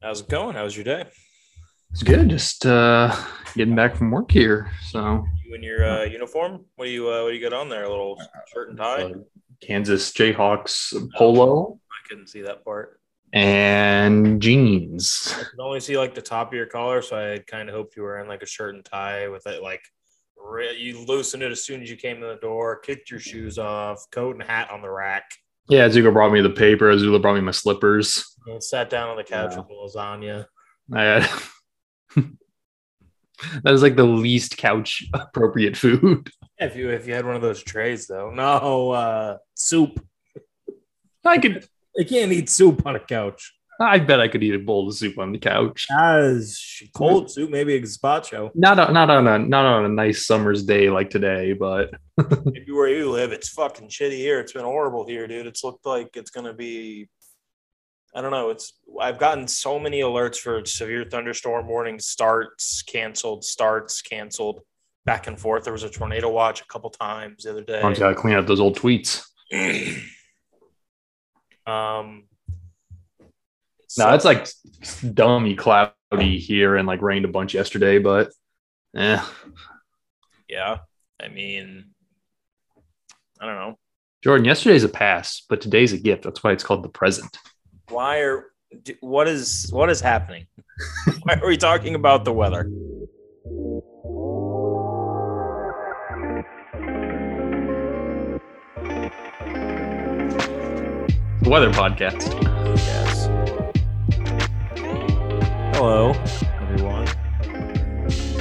How's it going? How was your day? It's good. Just uh, getting back from work here. So You in your uh, uniform? What do you uh, What do you got on there? A little shirt and tie? uh, Kansas Jayhawks polo I couldn't see that part. and jeans. I could only see like the top of your collar, so I kind of hoped you were in like a shirt and tie with it. Like re- you loosened it as soon as you came in the door, kicked your shoes off, coat and hat on the rack, Yeah, Zuko brought me the paper. Azula brought me my slippers. and sat down on the couch with with lasagna. I had... that is like the least couch appropriate food. If you if you had one of those trays though, no uh, soup. I could. I can't eat soup on a couch. I bet I could eat a bowl of soup on the couch. As cold soup, maybe a gazpacho. Not on, not on a not on a nice summer's day like today, but Maybe where you live, it's fucking shitty here. It's been horrible here, dude. It's looked like it's gonna be. I don't know. It's I've gotten so many alerts for severe thunderstorm warnings, starts canceled, starts canceled, back and forth. There was a tornado watch a couple times the other day. I gotta clean up those old tweets. Um, No, it's like dummy cloudy here and like rained a bunch yesterday, but eh. yeah. I mean, I don't know. Jordan, yesterday's a pass, but today's a gift. That's why it's called the present. Why are d- what is what is happening? Why are we talking about the weather? The weather podcast. Yes. Hello, everyone.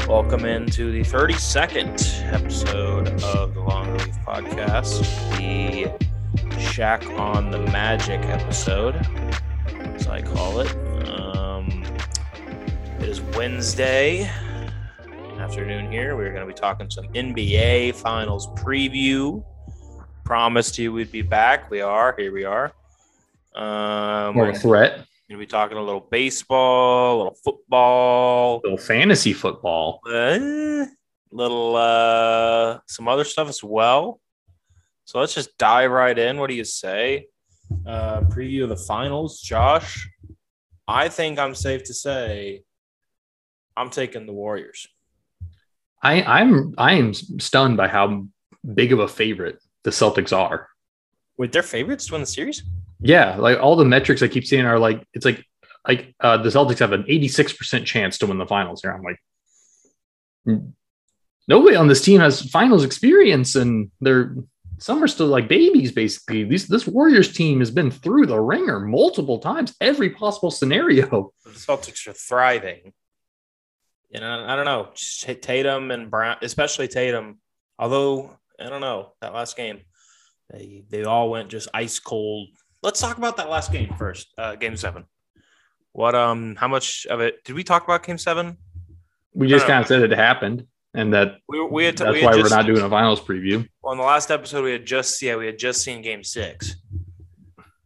Welcome into the 32nd episode of the Long Relief Podcast, the Shack on the Magic episode, as I call it. Um, it is Wednesday afternoon here. We're going to be talking some NBA Finals preview. Promised you we'd be back. We are. Here we are. Um, More we're of a threat. Gonna be talking a little baseball, a little football, Little fantasy football. uh, little uh, some other stuff as well. So let's just dive right in. What do you say? Uh, preview of the finals, Josh. I think I'm safe to say I'm taking the Warriors. I, I'm I am stunned by how big of a favorite the Celtics are. Wait, they're favorites to win the series? Yeah, like all the metrics I keep seeing are like it's like like uh, the Celtics have an 86% chance to win the finals here. I'm like "Hmm. nobody on this team has finals experience and they're some are still like babies basically. These this Warriors team has been through the ringer multiple times, every possible scenario. The Celtics are thriving. You know, I don't know. Just T- Tatum and Brown, especially Tatum. Although I don't know that last game, they they all went just ice cold. Let's talk about that last game first. Uh, game seven. What um? How much of it did we talk about? Game seven. We just Uh. kind of said it happened and that We were- we had that's we had why just- we're not doing a finals preview. on the last episode we had just yeah we had just seen game six.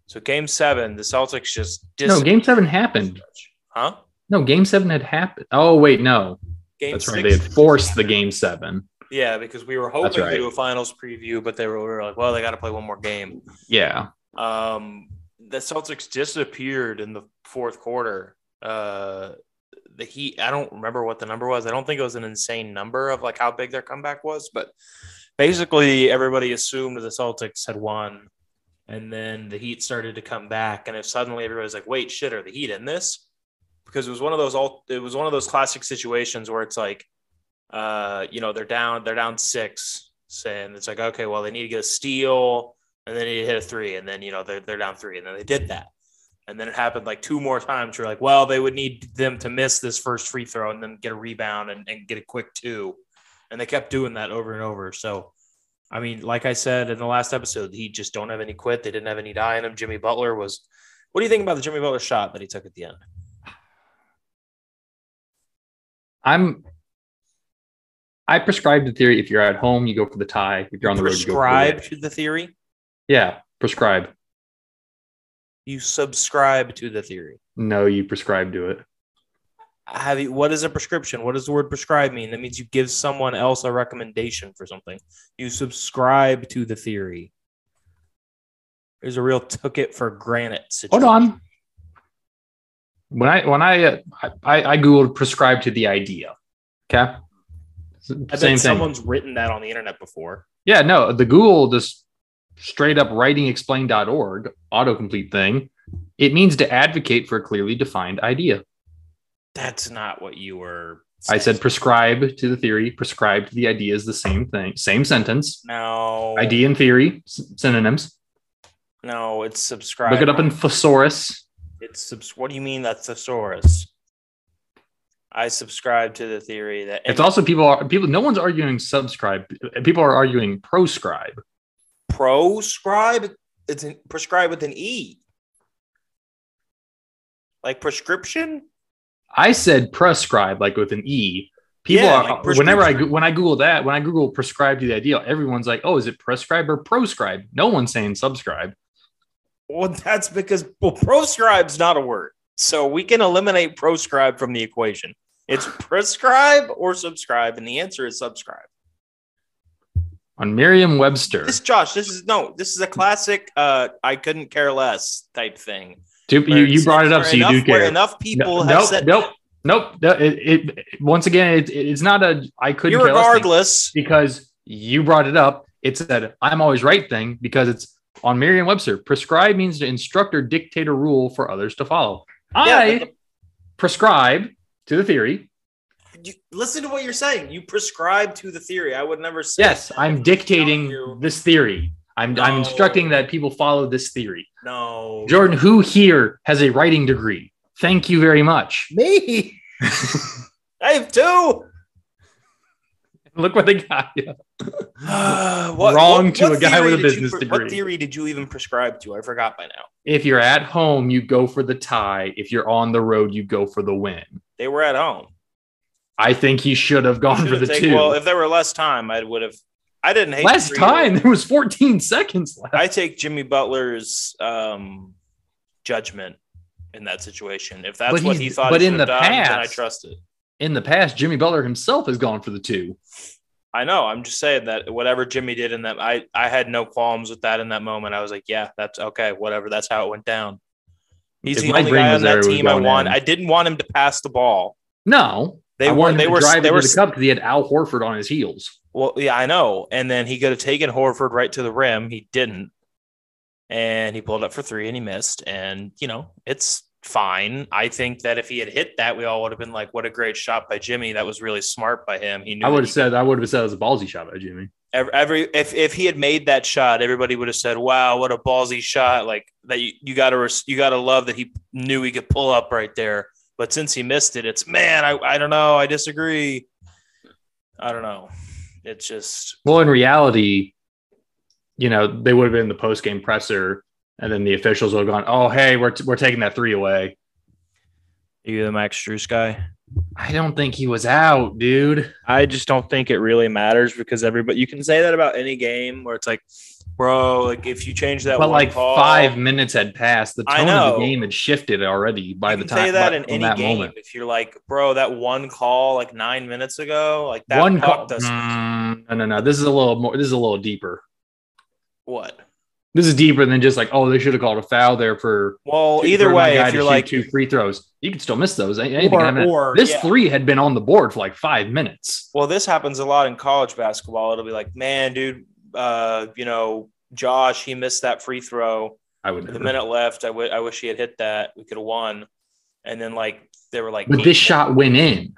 So game seven, the Celtics just No, game 7 happened. Huh? No, game 7 had happened. Oh wait, no. Game That's right. They had forced the game 7. Yeah, because we were hoping right. to do a finals preview, but they were, we were like, well, they got to play one more game. Yeah. Um, the Celtics disappeared in the fourth quarter. Uh, the Heat, I don't remember what the number was. I don't think it was an insane number of like how big their comeback was, but basically everybody assumed the Celtics had won. And then the Heat started to come back. And if suddenly everybody's like, wait, shit, are the Heat in this? Because it was one of those all it was one of those classic situations where it's like, uh, you know, they're down, they're down six. And it's like, okay, well, they need to get a steal and then he hit a three, and then you know they're they're down three, and then they did that, and then it happened like two more times. You're like, well, they would need them to miss this first free throw and then get a rebound and, and get a quick two, and they kept doing that over and over. So, I mean, like I said in the last episode, he just don't have any quit. They didn't have any die in him. Jimmy Butler was. What do you think about the Jimmy Butler shot that he took at the end? I'm I prescribe the theory if you're at home, you go for the tie. If you're on the road, you go Prescribe for the win. to the theory. Yeah, prescribe. You subscribe to the theory. No, you prescribe to it. have you, what is a prescription? What does the word prescribe mean? That means you give someone else a recommendation for something. You subscribe to the theory. There's a real took it for granted situation. Hold on. Oh, when I when I uh, I, I googled prescribe to the idea. Okay. I S- Same bet thing. someone's written that on the internet before. Yeah, no, the Google just straight up writingexplain.org autocomplete thing. It means to advocate for a clearly defined idea. That's not what you were. I said saying. prescribe to the theory, prescribe to the idea is the same thing, same sentence. no Idea and theory, s- synonyms. No, it's subscribe. Look it up in thesaurus. It's subs- what do you mean that's thesaurus? I subscribe to the theory that It's also people are people. No one's arguing subscribe. People are arguing proscribe. proscribe. It's in, prescribe with an e, like prescription. I said prescribe like with an e. People Yeah, are like whenever I prescription. go- when I Google that when I Google prescribe to the idea, everyone's like, oh, is it prescribe or proscribe? No one's saying subscribe. Well, that's because well, proscribe's not a word, so we can eliminate proscribe from the equation. It's prescribe or subscribe, and the answer is subscribe. On Merriam-Webster, This, Josh, this is no, this is a classic. Uh, I couldn't care less type thing. Dude, you, you brought it up, Where so you enough, do Where care. enough people have nope, said nope, nope, no, It, it, once again, it, it's not a I couldn't care less thing regardless. because you brought it up. It's that I'm always right thing because it's on Merriam-Webster. Prescribe means to instruct or dictate a rule for others to follow. I Yeah, but prescribe to the theory. the- you- listen to what you're saying. You prescribe to the theory. I would never say. Yes, I'm you. dictating this theory. I'm, I'm No. instructing that people follow this theory. No. Jordan, who here has a writing degree? Thank you very much. Me. I have two. Look what they got. you. What- Wrong to a guy theory with did a you business pre- degree. What theory did you even prescribe to? I forgot by now. If you're at home, you go for the tie. If you're on the road, you go for the win. They were at home. I think he should have gone for Should've the taken- two. Well, if there were less time, I would have. I didn't hate Last three time years. there was 14 seconds left. I take Jimmy Butler's um, judgment in that situation. If that's But what he's- he thought, but he in should've the done, then I past- trust it. In the past, Jimmy Butler himself has gone for the two. I know. I'm just saying that whatever Jimmy did in that, I I had no qualms with that in that moment. I was like, yeah, that's okay, whatever. That's how it went down. He's If the Mike only Breen guy on was there, that it was team I going want. in. I didn't want him to pass the ball. No, They I were wanted they to were drive they it were to the cup because he had Al Horford on his heels. well, yeah, I know. And then he could have taken Horford right to the rim. He didn't, and he pulled up for three and he missed. And you know, it's fine. I think that if he had hit that, we all would have been like, "What a great shot by Jimmy! That was really smart by him." He knew I that would have he said I would have said it was a ballsy shot by Jimmy. Ev- every if if he had made that shot, everybody would have said, "Wow, what a ballsy shot!" Like that, you, you gotta res- you gotta love that he knew he could pull up right there. But since he missed it, it's man, I I don't know, I disagree. I don't know. It's just Well, in reality, you know, they would have been in the post game presser, and then the officials would have gone, "Oh, hey, we're we're taking that three away." you the Max Struess guy. I don't think he was out, dude. I just don't think it really matters because everybody you can say that about any game where it's like, bro, like if you change that, but one like call, five minutes had passed. The I tone of know. the game had shifted already by you the can time say that by- in from any that game. moment. If you're like, bro, that one call like nine minutes ago, like that One puck call. does Mm, no, no, no. This is a little more. This is a little deeper. what? This is deeper than just like, oh, they should have called a foul there for. Well, for either my way, guy if to you're shoot like two free throws, you can still miss those. Anything can happen. or this yeah. three had been on the board for like five minutes. Well, this happens a lot in college basketball. It'll be like, man, dude, uh, you know, Josh, he missed that free throw. I would The never. minute left, I wi- I wish he had hit that. We could have won. And then like they were like, But eight- this shot went in.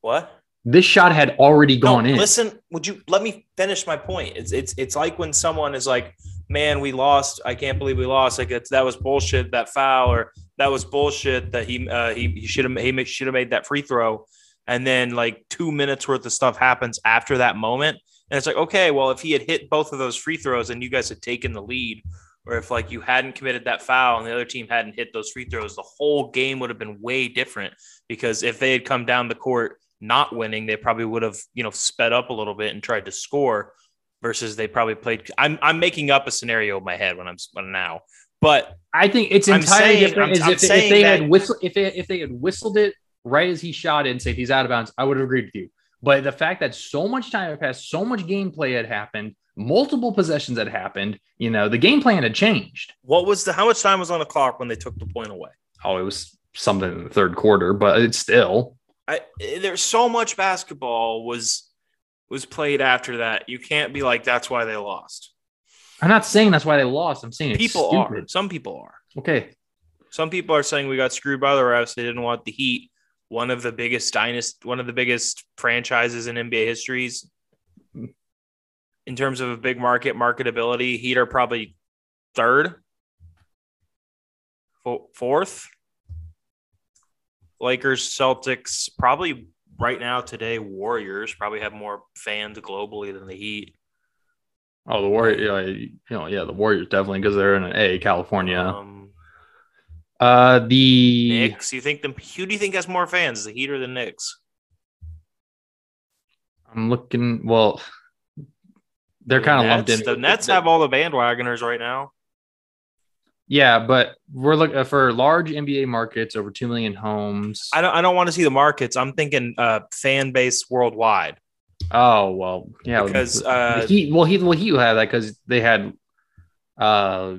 what? This shot had already No, gone in. Listen, would you let me finish my point? It's it's it's like when someone is like, "Man, we lost. I can't believe we lost. Like it's, that was bullshit. That foul, or that was bullshit. That he uh, he, he should have he should have made that free throw." And then like two minutes worth of stuff happens after that moment, and it's like, okay, well, if he had hit both of those free throws and you guys had taken the lead, or if like you hadn't committed that foul and the other team hadn't hit those free throws, the whole game would have been way different because if they had come down the court not winning, they probably would have, you know, sped up a little bit and tried to score versus they probably played I'm I'm making up a scenario in my head when I'm when now. But I think it's I'm entirely saying- different. I'm- as I'm if, if saying they that- had whistle, if they, if they had whistled it right as he shot it and said he's out of bounds, I would have agreed with you. But the fact that so much time had passed, so much gameplay had happened, multiple possessions had happened, you know, the game plan had changed. what was the how much time was on the clock when they took the point away? Oh, it was something in the third quarter, but it's still I, there's so much basketball was was played after that. You can't be like that's why they lost. I'm not saying that's why they lost. I'm saying it's People are. stupid. Some people are. Okay. Some people are saying we got screwed by the refs. They didn't want the Heat, one of the biggest dynasty, one of the biggest franchises in NBA histories. In terms of a big market marketability, Heat are probably third, fo- fourth. Lakers, Celtics, probably right now today. Warriors probably have more fans globally than the Heat. Oh, the Warrior, you know, yeah, the Warriors definitely because they're in an A, California. Um, Uh, the Knicks. You think the who do you think has more fans, the Heat or the Knicks? I'm looking. Well, they're The kind of lumped Nets- in. The Nets have all the bandwagoners right now. yeah, but we're looking for large NBA markets over two million homes. I don't. I don't want to see the markets. I'm thinking uh, fan base worldwide. oh well, yeah, Because, the uh, Heat. Well, Heat. Well, Heat will have that because they had, uh,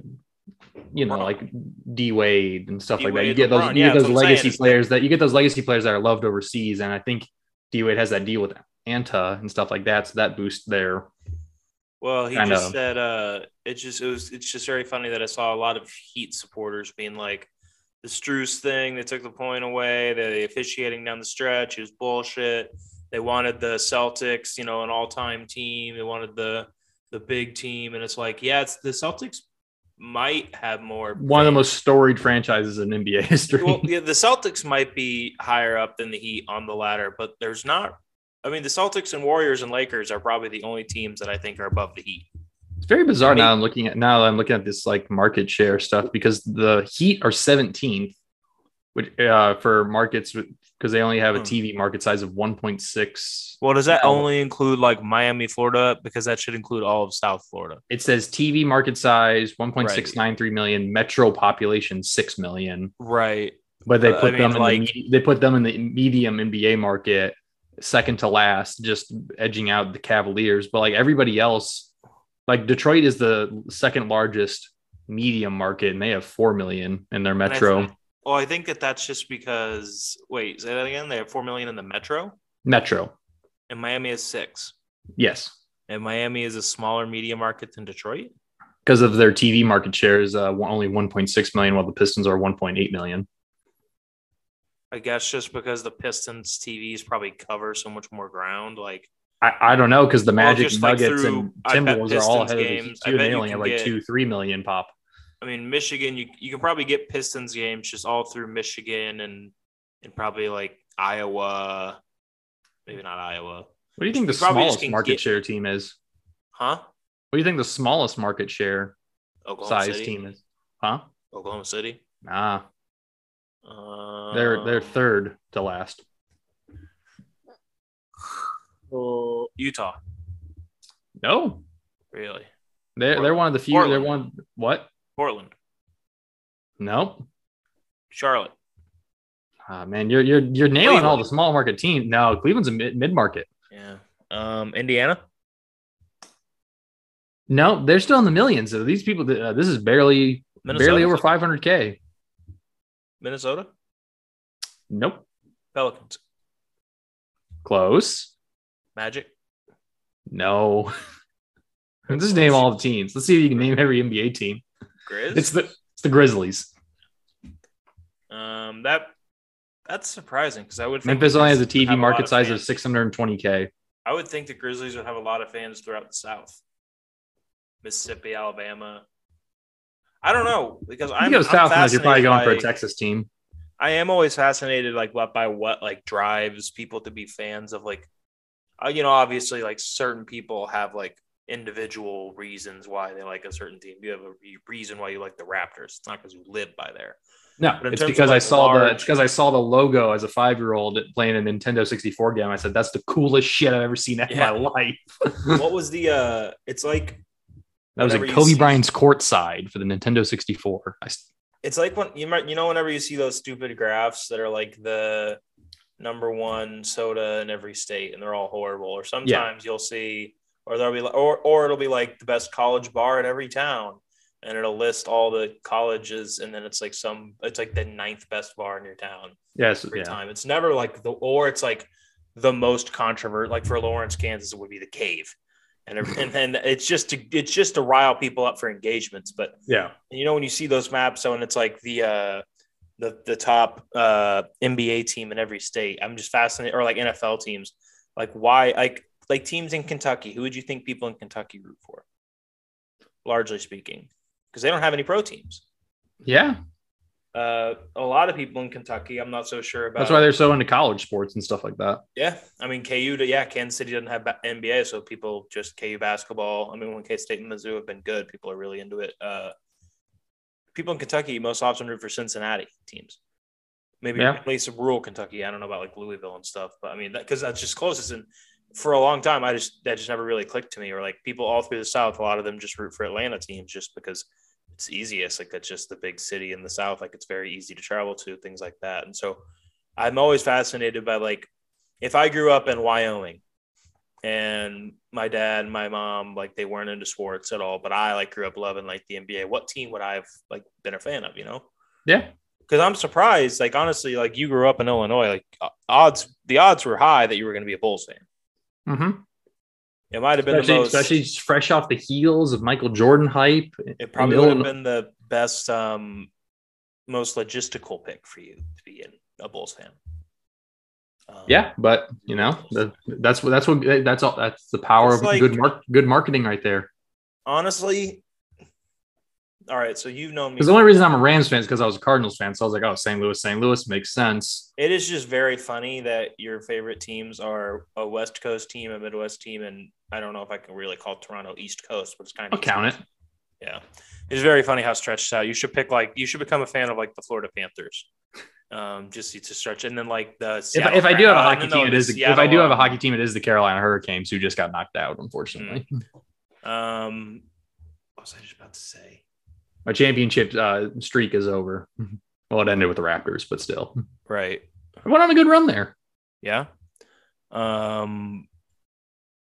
you know, LeBron. like D Wade and stuff like that. You D-Wade, get those. LeBron, You yeah, get that's those what I'm saying, legacy is that- players that you get those legacy players that are loved overseas, and I think D Wade has that deal with Anta and stuff like that. So that boosts their Well, he I just know. said uh, it's just it was it's just very funny that I saw a lot of Heat supporters being like the Struess thing. They took the point away. The officiating down the stretch is bullshit. They wanted the Celtics, you know, an all-time team. They wanted the the big team, and it's like, yeah, it's the Celtics might have more one of the fans. most storied franchises in NBA history. well, yeah, the Celtics might be higher up than the Heat on the ladder, but there's not. I mean, the Celtics and Warriors and Lakers are probably the only teams that I think are above the Heat. It's very bizarre I mean- now. I'm looking at now. I'm looking at this like market share stuff because the Heat are 17th, which uh, for markets because they only have a Hmm. TV market size of 1.6. Well, does that that only only include like Miami, Florida? Because that should include all of South Florida. It says TV market size 1.693 million, metro population 6 million. Right. But they Uh, I put mean, them in like- the medi- they put them in the medium NBA market, second to last, just edging out the Cavaliers. But like everybody else, like Detroit is the second largest medium market, and they have four million in their And I metro. think- Well, I think that that's just because. Wait, say that again. They have four million in the Metro, Metro. and Miami is six, Yes. and Miami is a smaller media market than Detroit. Because of their TV market share is uh, only 1.6 million, while the Pistons are 1.8 million. I guess just because the Pistons TVs probably cover so much more ground, like. I, I don't know because the Well, Magic, just, like, Nuggets, through- I and bet Timberwolves are all Pistons ahead of the Heat games, I too. and bet They you only can have like get- two, three million pop. I mean, Michigan, you, you can probably get Pistons games just all through Michigan and and probably like Iowa, maybe not Iowa, What do you think the You probably just smallest can market get- share team is? huh? What do you think the smallest market share Oklahoma size City, team is? Huh? Oklahoma City. Nah, Um, they're they're third to last. oh, Utah, No, really? they're they're one of the few. They're one. What? Portland, Nope. Charlotte. Ah, man, you're you're you're nailing all Cleveland. the small market teams. No, Cleveland's a mid market. Yeah. Um, Indiana. No, they're still in the millions. So these people, that- uh, this is barely Minnesota. barely over 500k. Minnesota. Nope. Pelicans. Close. Magic. No. Let's just name all the teams. Let's see if you can name every NBA team. Grizz. It's the it's the Grizzlies. um that that's surprising because I would think Memphis the only has a Grizzlies would TV have lot market of size of fans. 620k. I would think the Grizzlies would have a lot of fans throughout the South, Mississippi, Alabama. I don't know because You I'm, go I'm south unless you're probably fascinated going for a by- Texas team. I am always fascinated, like what by what like drives people to be fans of like, uh, you know, obviously like certain people have like individual reasons why they like a certain team. You have a re- reason why you like the Raptors. It's not because you live by there. No, But in it's terms of, because I like, saw the large- it's because I saw the logo as a five year old playing a Nintendo 64 game. I said that's the coolest shit I've ever seen in Yeah. my life. what was the? uh It's like That was Whenever in you Kobe see- Bryant's court side for the Nintendo 64. I, s- it's like when you might you know whenever you see those stupid graphs that are like the number one soda in every state and they're all horrible or sometimes you'll see or there'll be or or it'll be like the best college bar in every town and it'll list all the colleges and then it's like some it's like the ninth best bar in your town Yes. every Yeah. time. It's never like the or it's like the most controversial. Like for Lawrence, Kansas, it would be the cave, and every- and then it's just to it's just to rile people up for engagements. But Yeah. you know when you see those maps, so and it's like the uh, the the top uh, NBA team in every state. I'm just fascinated, or like NFL teams. Like why like like teams in Kentucky? Who would you think people in Kentucky root for? Largely speaking, because they don't have any pro teams. Yeah. Uh, a lot of people in Kentucky, I'm not so sure about. That's why they're so into college sports and stuff like that. Yeah, I mean KU. to- Yeah, Kansas City doesn't have ba- NBA, so people just KU basketball. I mean, when K State and Mizzou have been good, people are really into it. Uh, people in Kentucky most often root for Cincinnati teams. Maybe Yeah. at least rural Kentucky. I don't know about like Louisville and stuff, but I mean, because that's just closest. And for a long time, I just that just never really clicked to me. Or like people all through the South, a lot of them just root for Atlanta teams just because it's easiest. Like that's just the big city in the South. Like it's very easy to travel to things like that. And so I'm always fascinated by like if I grew up in Wyoming and my dad and my mom like they weren't into sports at all, but I like grew up loving like the NBA, what team would I have like been a fan of, you know? Yeah. Cause I'm surprised, like honestly, like you grew up in Illinois, like o- odds the odds were high that you were gonna be a Bulls fan. Mm-hmm. It might have been Especially, the most especially just fresh off the heels of Michael Jordan hype. it probably in would have Illinois. been the best um most logistical pick for you to be in a Bulls fan. Um, Yeah, but you know that, that's what that's what that's all that's the power It's of like- good mark good marketing right there. Honestly. All right, so you've known me Because the only reason I'm a Rams fan is because I was a Cardinals fan, so I was like, oh, St. Louis, St. Louis makes sense. It is just very funny that your favorite teams are a West Coast team, a Midwest team, and I don't know if I can really call Toronto East Coast, but it's kind of I'll count it. Yeah, it's very funny how stretched out. You should pick like you should become a fan of like the Florida Panthers, um, just to stretch. And then like the If, I- Seattle if I do have Cra- a uh, hockey no, uh, no, team, it the is the- if I do have a hockey team, it is the Carolina Hurricanes who just got knocked out, unfortunately. Mm-hmm. Seattle, Um, what was I just about to say? My championship uh, streak is over. Mm-hmm. Well, it ended with the Raptors, but still, Right. I went on a good run there. Yeah. Um,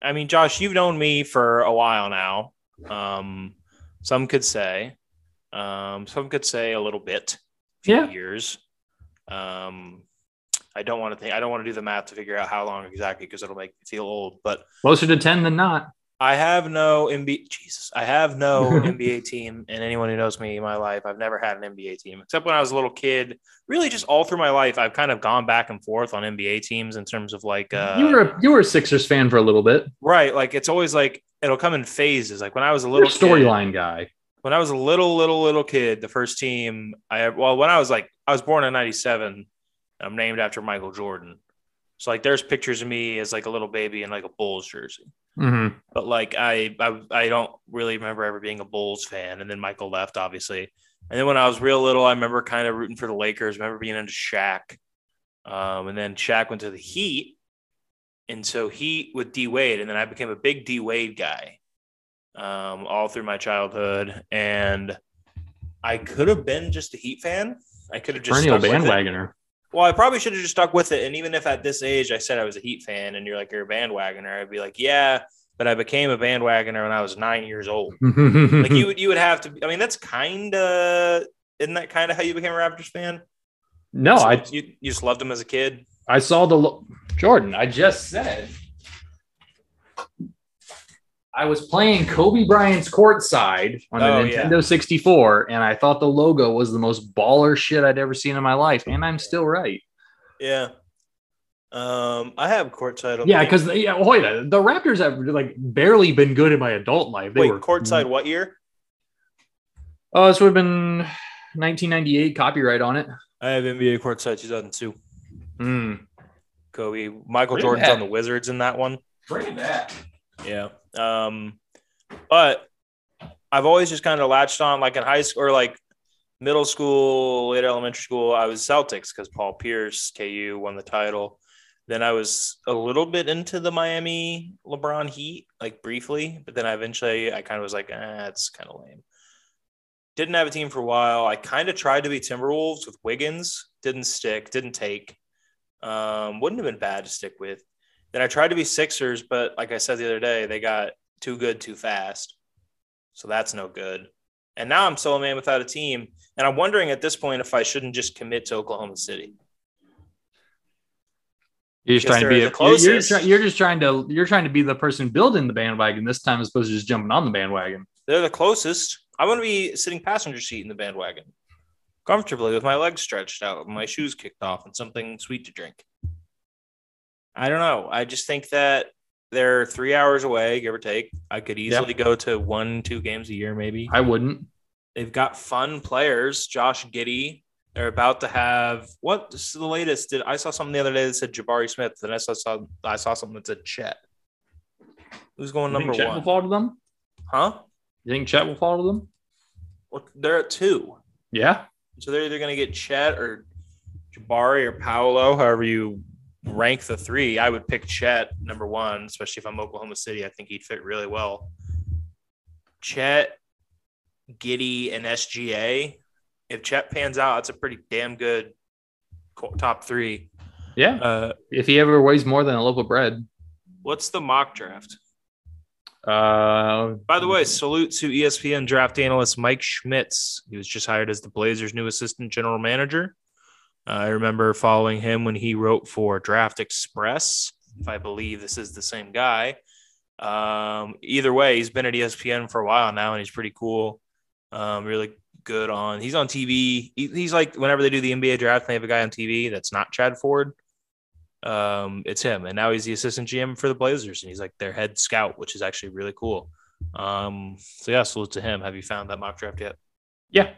I mean, Josh, you've known me for a while now. Um, some could say, um, some could say a little bit, few Yeah. years. Um, I don't want to think, I don't want to do the math to figure out how long exactly because it'll make me feel old, but Closer to ten than not. I have no NBA. Jesus, I have no NBA team. And anyone who knows me in my life, I've never had an NBA team except when I was a little kid. Really, just all through my life, I've kind of gone back and forth on NBA teams in terms of like uh, you were a, you were a Sixers fan for a little bit. right. Like it's always like it'll come in phases. Like when I was a You're a little kid- storyline guy. when I was a little, little, little kid, the first team I well, when I was like, I was born in '97. I'm named after Michael Jordan. So like, there's pictures of me as like a little baby in like a Bulls jersey. hmm But like, I, I I don't really remember ever being a Bulls fan. And then Michael left, obviously. And then when I was real little, I remember kind of rooting for the Lakers. Remember being into Shaq. Um, and then Shaq went to the Heat, and so Heat with D Wade, and then I became a big D Wade guy um, all through my childhood. And I could have been just a Heat fan. I could have just Perennial stuck with it. bandwagoner. Well, I probably should have just stuck with it. And even if at this age I said I was a Heat fan, and you're like you're a bandwagoner, I'd be like, yeah. But I became a bandwagoner when I was nine years old. Like you would, you would have to. I mean, that's kind of isn't that kind of how you became a Raptors fan? no, So I you, you just loved them as a kid. I saw the lo- Jordan. I just said I was playing Kobe Bryant's courtside on the Oh, yeah. Nintendo 64, and I thought the logo was the most baller shit I'd ever seen in my life, and I'm still right. Yeah. Um, I have courtside. on- Yeah, because yeah, wait, the Raptors have like barely been good in my adult life. They wait, were Mm. courtside. What year? Oh, this would have been 1998 copyright on it. I have NBA courtside 2002. Mm. Kobe, Michael Really? Jordan's Yeah. on the Wizards in that one. Bring that. Yeah. Um, but I've always just kind of latched on, like in high school or like middle school, late elementary school. I was Celtics because Paul Pierce, KU, won the title. Then I was a little bit into the Miami LeBron Heat, like briefly, but then I eventually I kind of was like, eh, it's kind of lame. Didn't have a team for a while. I kind of tried to be Timberwolves with Wiggins. Didn't stick. Didn't take. Um, wouldn't have been bad to stick with. Then I tried to be Sixers, but like I said the other day, they got too good too fast. So that's no good. And now I'm still a man without a team. And I'm wondering at this point if I shouldn't just commit to Oklahoma City. You're just Because trying to they're be the a, you're, you're, closest. try, you're just trying to you're trying to be the person building the bandwagon this time as opposed to just jumping on the bandwagon. They're the closest. I want to be sitting passenger seat in the bandwagon, comfortably with my legs stretched out, and my shoes kicked off, and something sweet to drink. I don't know. I just think that they're three hours away, give or take. I could easily go to one, two games a year, maybe. I wouldn't. They've got fun players. Josh Giddy. They're about to have what is the latest? Did I saw something the other day that said Jabari Smith? Then I saw, saw I saw something that said Chet. Who's going You think number Chet one? will fall to them. Huh? You think Chet will fall to them? Well, they're at two, Yeah. so they're either going to get Chet or Jabari or Paolo, however you rank the three. I would pick Chet number one, especially if I'm Oklahoma City. I think he'd fit really well. Chet, Giddy, and SGA. If Chet pans out, it's a pretty damn good co- top three. Yeah. Uh, If he ever weighs more than a loaf of bread. what's the mock draft? Uh, By the way, salute to E ESPN draft analyst Mike Schmitz. He was just hired as the Blazers' new assistant general manager. Uh, I remember following him when he wrote for Draft Express, if I believe this is the same guy. Um, either way, he's been at ESPN for a while now, and he's pretty cool. Um, really good on. He's on TV. He- he's like whenever they do the NBA draft, they have a guy on TV that's not Chad Ford. Um, it's him, and now he's the assistant GM for the Blazers, and he's like their head scout, which is actually really cool. Um, so yeah, salute to him. Have you found that mock draft yet? yeah.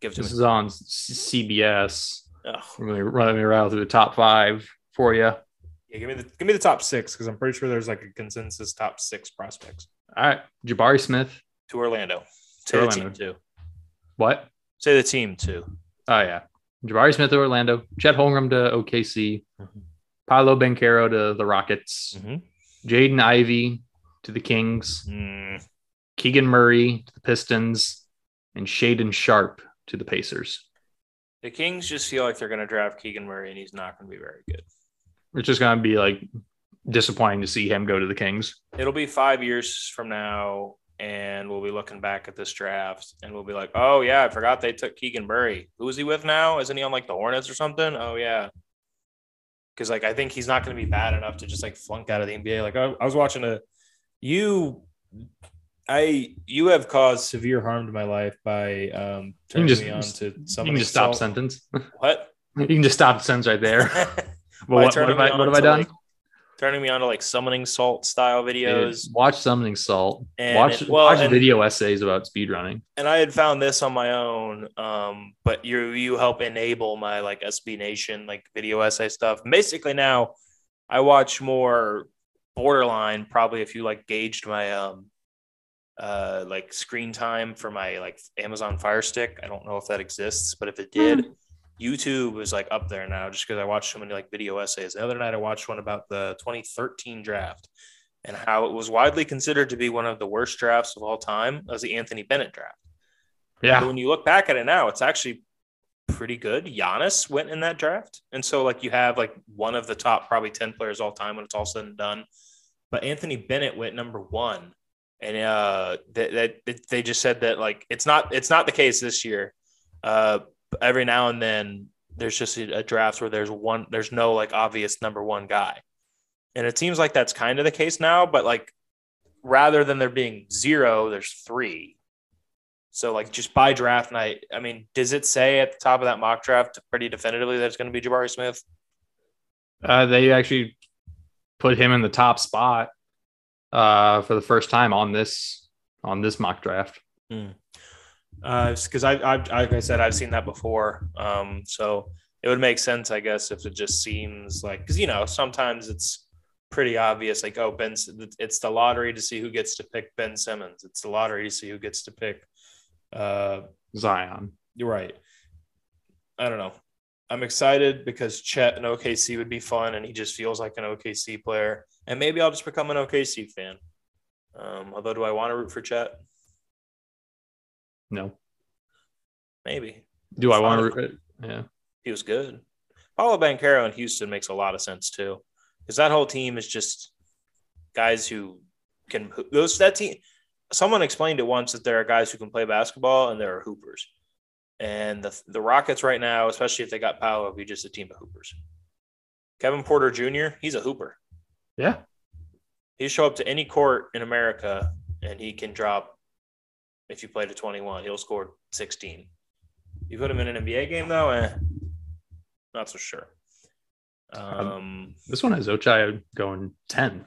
Give it to This me. is on C- CBS. Ugh. We're gonna run me around through the top five for you. All Yeah, give me the give me the top six because I'm pretty sure there's like a consensus top six prospects right, Jabari Smith. to Orlando. Say To the Orlando. team too. What? Say the team too. Oh yeah, Jabari Smith to Orlando. Chet Holmgren to OKC. Mm-hmm. Paolo Banquero to the Rockets. Mhm. Jaden Ivey to the Kings. Mm, Keegan Murray to the Pistons, and Shaden Sharp to the Pacers. The Kings just feel like they're going to draft Keegan Murray, and he's not going to be very good. It's just gonna be like disappointing to see him go to the Kings. it'll be five years from now and we'll be looking back at this draft and we'll be like oh yeah i forgot they took keegan murray who's he with now isn't he on like the hornets or something oh yeah because like i think he's not going to be bad enough to just like flunk out of the nba like i, I was watching a you i you have caused severe harm to my life by um turning just- me on to You somebody can just stop sentence. what You can just stop the sentence right there. But By what, what turning have I, me on what have I to, done? like, turning me on to like summoning salt style videos Dude, watch something salt. And watch it- well, watch and- video essays about speedrunning. and I had found this on my own, um, but you you help enable my like SB Nation like video essay stuff. Basically now, I watch more borderline. Probably if you like gauged my um, uh, like screen time for my like Amazon Fire Stick. I don't know if that exists, but if it did, YouTube is like up there now just because I watched so many like video essays. The other night I watched one about the 2013 draft and how it was widely considered to be one of the worst drafts of all time. That was the Anthony Bennett draft. But Yeah, when you look back at it now, it's actually pretty good. Giannis went in that draft. And so like you have like one of the top probably 10 players all time when it's all said and done. But Anthony Bennett went number one. And uh that that they just said that like it's not it's not the case this year. Uh every now and then there's just a, a draft where there's one there's no like obvious number one guy. And it seems like that's kind of the case now, but like rather than there being zero, there's three. So like just by draft night, I mean, does it say at the top of that mock draft pretty definitively that it's going to be Jabari Smith? uh, they actually put him in the top spot uh, for the first time on this on this mock draft. Because Uh, I, I, like I said, I've seen that before. Um, so it would make sense, I guess, if it just seems like because you know sometimes it's pretty obvious, like oh Ben, S- it's the lottery to see who gets to pick Ben Simmons. It's the lottery to see who gets to pick. Uh, Zion. you're right. I don't know. I'm excited because Chet and OKC would be fun, and he just feels like an OKC player. And maybe I'll just become an OKC fan. Um, although, do I want to root for Chet? No, Maybe do I want to? Yeah, he was good. Paulo Banquero in Houston makes a lot of sense too, because that whole team is just guys who can those that team. someone explained it once that there are guys who can play basketball and there are hoopers. And the the Rockets right now, especially if they got Powell, would be just a team of hoopers. Kevin Porter Jr. He's a hooper. Yeah. He show up to any court in America and he can drop. If you play to twenty one, he'll score sixteen. You put him in an NBA game though, eh? Not so sure. Um, This one has Ochai going 10th.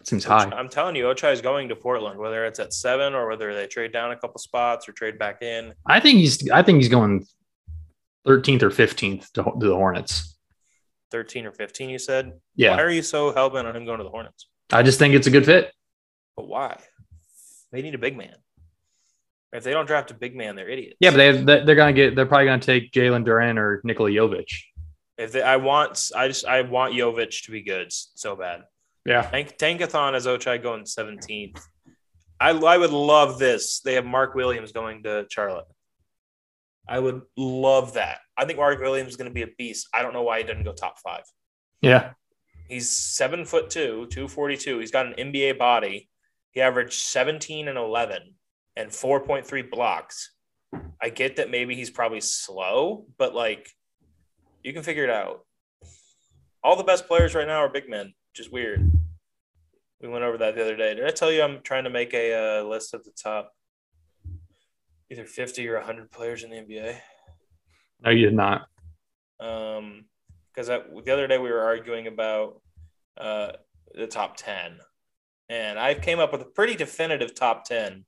It seems high. I'm telling you, Ochai is going to Portland, whether it's at seven or whether they trade down a couple spots or trade back in. I think he's I think he's going 13th or 15th to, to the Hornets. 13 or 15, you said? Why Yeah. are you so hell bent on him going to the Hornets? I just think it's a good fit. But why? They need a big man. If they don't draft a big man, they're idiots. Yeah, but they have, they're going to get they're probably going to take Jalen Duran or Nikola Jovic. if they, I want, I just I want Jovic to be good so bad. Yeah. Tank, Tankathon has Ochai going 17th. I, I would love this. They have Mark Williams going to Charlotte. I would love that. I think Mark Williams is going to be a beast. I don't know why he doesn't go top five. Yeah. He's seven foot two, 242. He's got an NBA body. He averaged 17 and 11 and 4.3 blocks. I get that maybe he's probably slow, but like you can figure it out. All the best players right now are big men, which is weird. We went over that the other day. Did I tell you I'm trying to make a uh, list of the top either 50 or 100 players in the NBA? No, you did not. um because the other day we were arguing about uh the top 10 and i came up with a pretty definitive top 10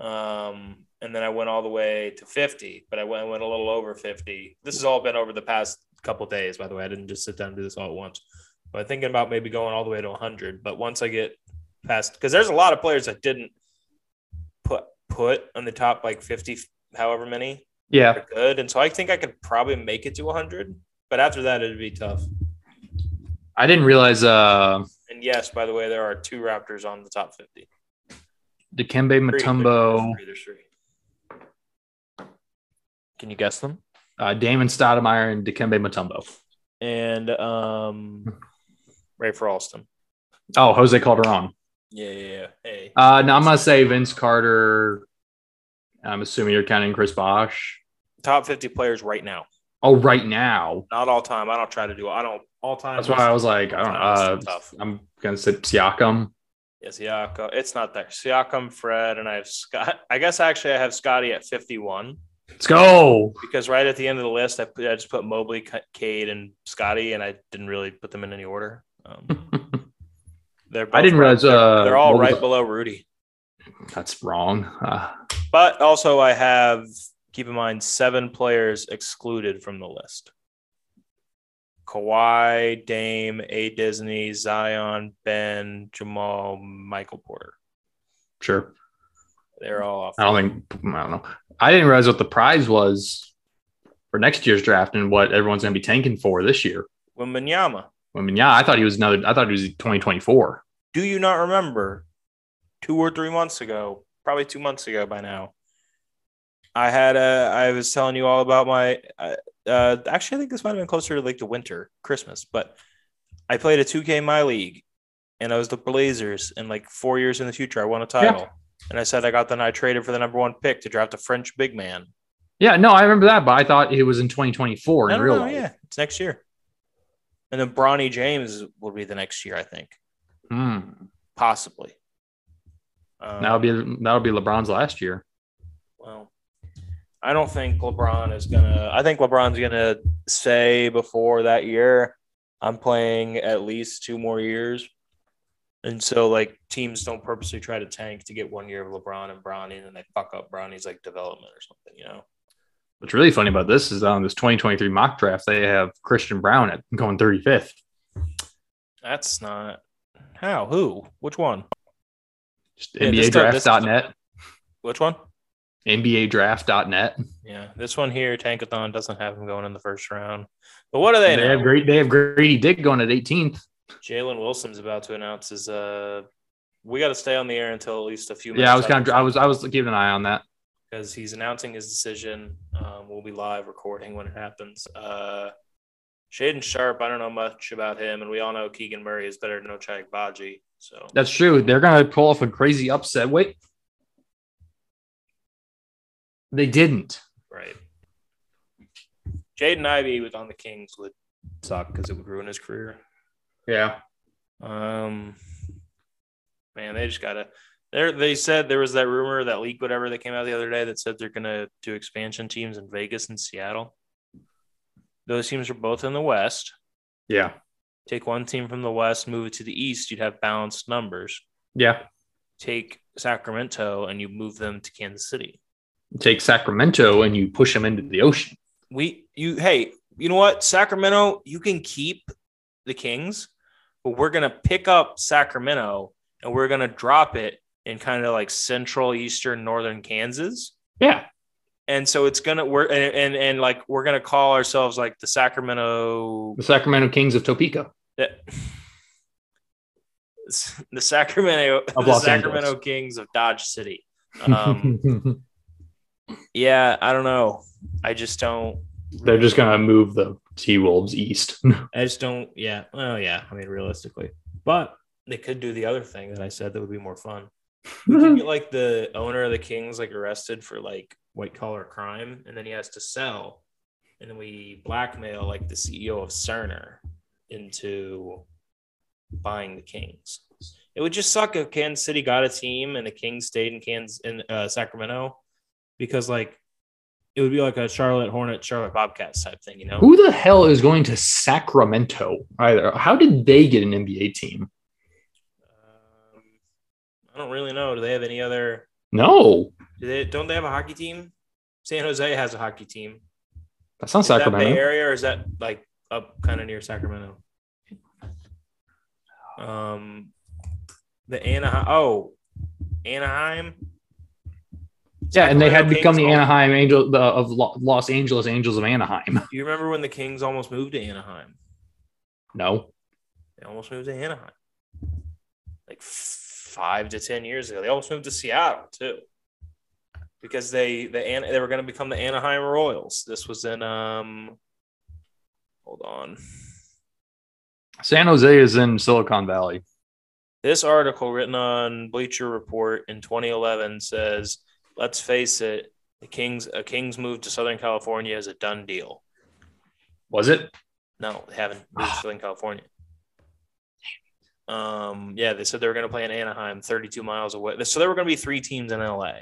um and then i went all the way to 50 but i went, I went a little over 50 this has all been over the past couple days by the way i didn't just sit down and do this all at once but thinking about maybe going all the way to 100 but once i get past because there's a lot of players that didn't put put on the top like 50 however many Yeah. are good. And so I think I could probably make it to 100, but after that, it'd be tough. I didn't realize uh And yes, by the way, there are two Raptors on the top 50. Dikembe Three, Mutombo, there's three, there's three. Can you guess them? uh, Damon Stoudemire, and Dikembe Mutombo. And um, Ray Alston. Oh, Jose Calderon. Yeah, yeah, yeah. Hey. Uh, now I'm gonna say Vince Carter. I'm assuming you're counting Chris Bosh. Top 50 players right now. Oh, right now. Not all time. I don't try to do I don't all time. That's why I was like, I All-time don't is know. Uh, tough. I'm gonna say Siakam. Yeah, Siakam. It's not there. Siakam, Fred, and I have Scott. I guess actually I have Scotty at 51. Let's go. because right at the end of the list, I, put, I just put Mobley, Ca- Cade, and Scotty, and I didn't really put them in any order. Um, they're both I didn't right- realize. Uh, they're all what was- right below Rudy. That's wrong. Uh, But also, I have keep in mind seven players excluded from the list: Kawhi, Dame, A. Disney, Zion, Ben, Jamal, Michael Porter. sure. They're all off. I don't think. I don't know. I didn't realize what the prize was for next year's draft and what everyone's gonna be tanking for this year. Wembanyama. I mean, yeah, I thought he was another. I thought he was 2024. Do you not remember two or three months ago, probably two months ago by now? I had a, I was telling you all about my, uh, uh, actually, I think this might have been closer to like the winter, Christmas, but I played a 2K My League and I was the Blazers. And like four years in the future, I won a title. And I said I got then I traded for the number one pick to draft a French big man. Yeah, no, I remember that, but I thought it was in 2024 No, in no, real no, life. yeah, it's next year. And then Bronny James will be the next year, I think, Hmm. possibly. Um, That'll be that'll be LeBron's last year. Well, I don't think LeBron is gonna. I think LeBron's gonna say before that year, "I'm playing at least two more years," and so like teams don't purposely try to tank to get one year of LeBron and Bronny, and then they fuck up Bronny's like development or something, you know? What's really funny about this is on this 2023 mock draft, they have Christian Brown at going 35th. That's not how. Who? Which one? Just Yeah, this stuff- this NBADraft.net, Which one? NBADraft.net. Yeah, this one here, Tankathon doesn't have him going in the first round. But what are they? They now? have great. They have Grady Dick going at 18th. Jalen Wilson's about to announce his. Uh, we got to stay on the air until at least a few. minutes Yeah, I was after kind of. I was. I was keeping an eye on that. because he's announcing his decision. Um, we'll be live recording when it happens. Uh, Shaden Sharp, I don't know much about him, and we all know Keegan Murray is better than Ochai Baji. So That's true. They're going to pull off a crazy upset. Wait, They didn't. Right. Jaden Ivey was on the Kings would suck because it would ruin his career. Yeah. Um, man, they just gotta. There, they said there was that rumor that leak, whatever that came out the other day, that said they're gonna do expansion teams in Vegas and Seattle. Those teams are both in the West. Yeah. Take one team from the West, move it to the East, you'd have balanced numbers. Yeah. Take Sacramento and you move them to Kansas City. Take Sacramento and you push them into the ocean. We, you, hey, you know what? Sacramento, you can keep the Kings, but we're gonna pick up Sacramento and we're gonna drop it in kind of like central, eastern, northern Kansas. Yeah. And so it's gonna we're and, and and like we're gonna call ourselves like the Sacramento The Sacramento Kings of Topeka. that the Sacramento Of the Los Sacramento Angeles. Kings of Dodge City. Um, yeah, I don't know. I just don't. They're just going to move the T Wolves east. I just don't. Yeah. Oh yeah. I mean, realistically, but they could do the other thing that I said that would be more fun. We Mm-hmm. could get like the owner of the Kings like arrested for like white collar crime, and then he has to sell, and then we blackmail like the CEO of Cerner into buying the Kings. It would just suck if Kansas City got a team and the Kings stayed in Kansas in uh, Sacramento, because like it would be like a Charlotte Hornet, Charlotte Bobcats type thing, you know? Who the hell is going to Sacramento either? How did they get an NBA team? Um, I don't really know. Do they have any other? No, Do they don't they have a hockey team? San Jose has a hockey team. that's not Is that Bay Sacramento. Area or is that like up kind of near Sacramento? Um, the Anaheim. Oh, Anaheim. Yeah, and they had Sacramento become the Kings al- Anaheim Angel the, of Lo- Los Angeles Angels of Anaheim. You remember when the Kings almost moved to Anaheim? No, They almost moved to Anaheim. Like f- five to ten years ago. They almost moved to Seattle too. Because they the An- they were going to become the Anaheim Royals. This was in um hold on. San Jose is in Silicon Valley. This article written on Bleacher Report in 2011 says, "Let's face it, the Kings a Kings move to Southern California is a done deal." Was it? No, they haven't moved to Southern California. Um, yeah, they said they were going to play in Anaheim, 32 miles away. So there were going to be three teams in LA,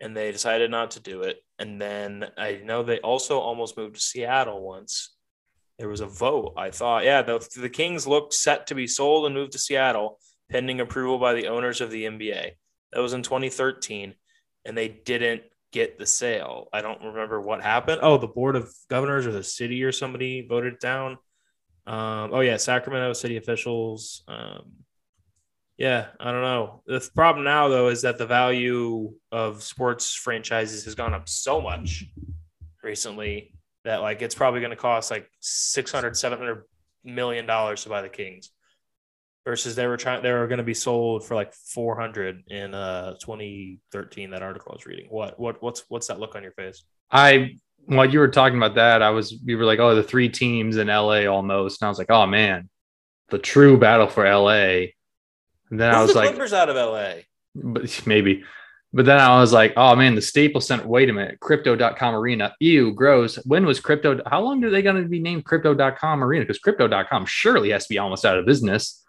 and they decided not to do it. And then I know they also almost moved to Seattle once. There was a vote. I thought, yeah, the, the Kings looked set to be sold and moved to Seattle, pending approval by the owners of the NBA. That was in 2013, and they didn't get the sale. I don't remember what happened. Oh, the board of governors or the city or somebody voted it down. Um, oh yeah, Sacramento city officials. Um, yeah, I don't know. The problem now though is that the value of sports franchises has gone up so much recently that like it's probably going to cost like 600 700 million dollars to buy the Kings versus they were trying they were going to be sold for like 400 in uh 2013 that article I was reading. What what what's what's that look on your face? I while you were talking about that, I was you were like, oh, the three teams in LA almost, and I was like, oh man, the true battle for LA. And then I Move was the like, Clippers out of LA. but maybe. But then I was like, oh man, the Staples Center. Wait a minute, crypto.com arena. Ew, gross. When was crypto? How long are they going to be named crypto.com arena? Because crypto.com surely has to be almost out of business.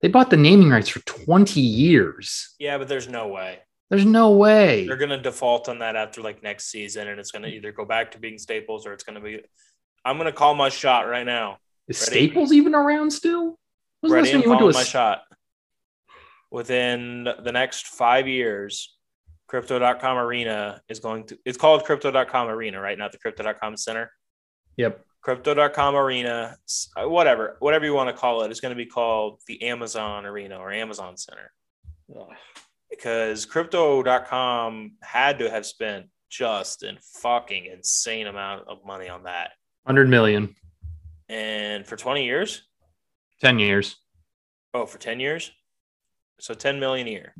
They bought the naming rights for 20 years. Yeah, but there's no way. There's no way. they're going to default on that after like next season and it's going to either go back to being staples or it's going to be i'm going to call my shot right now Is Ready? Staples even around still? Wasn't ready this when and you went to calling a my shot within the next five years crypto.com arena is going to it's called crypto.com arena right not the crypto.com center Yep. crypto.com arena s- uh, whatever whatever you want to call it is going to be called the amazon arena or amazon center because crypto.com had to have spent just an fucking insane amount of money on that. 100 million, And for 20 years? 10 years. Oh, for 10 years? So 10 million a year.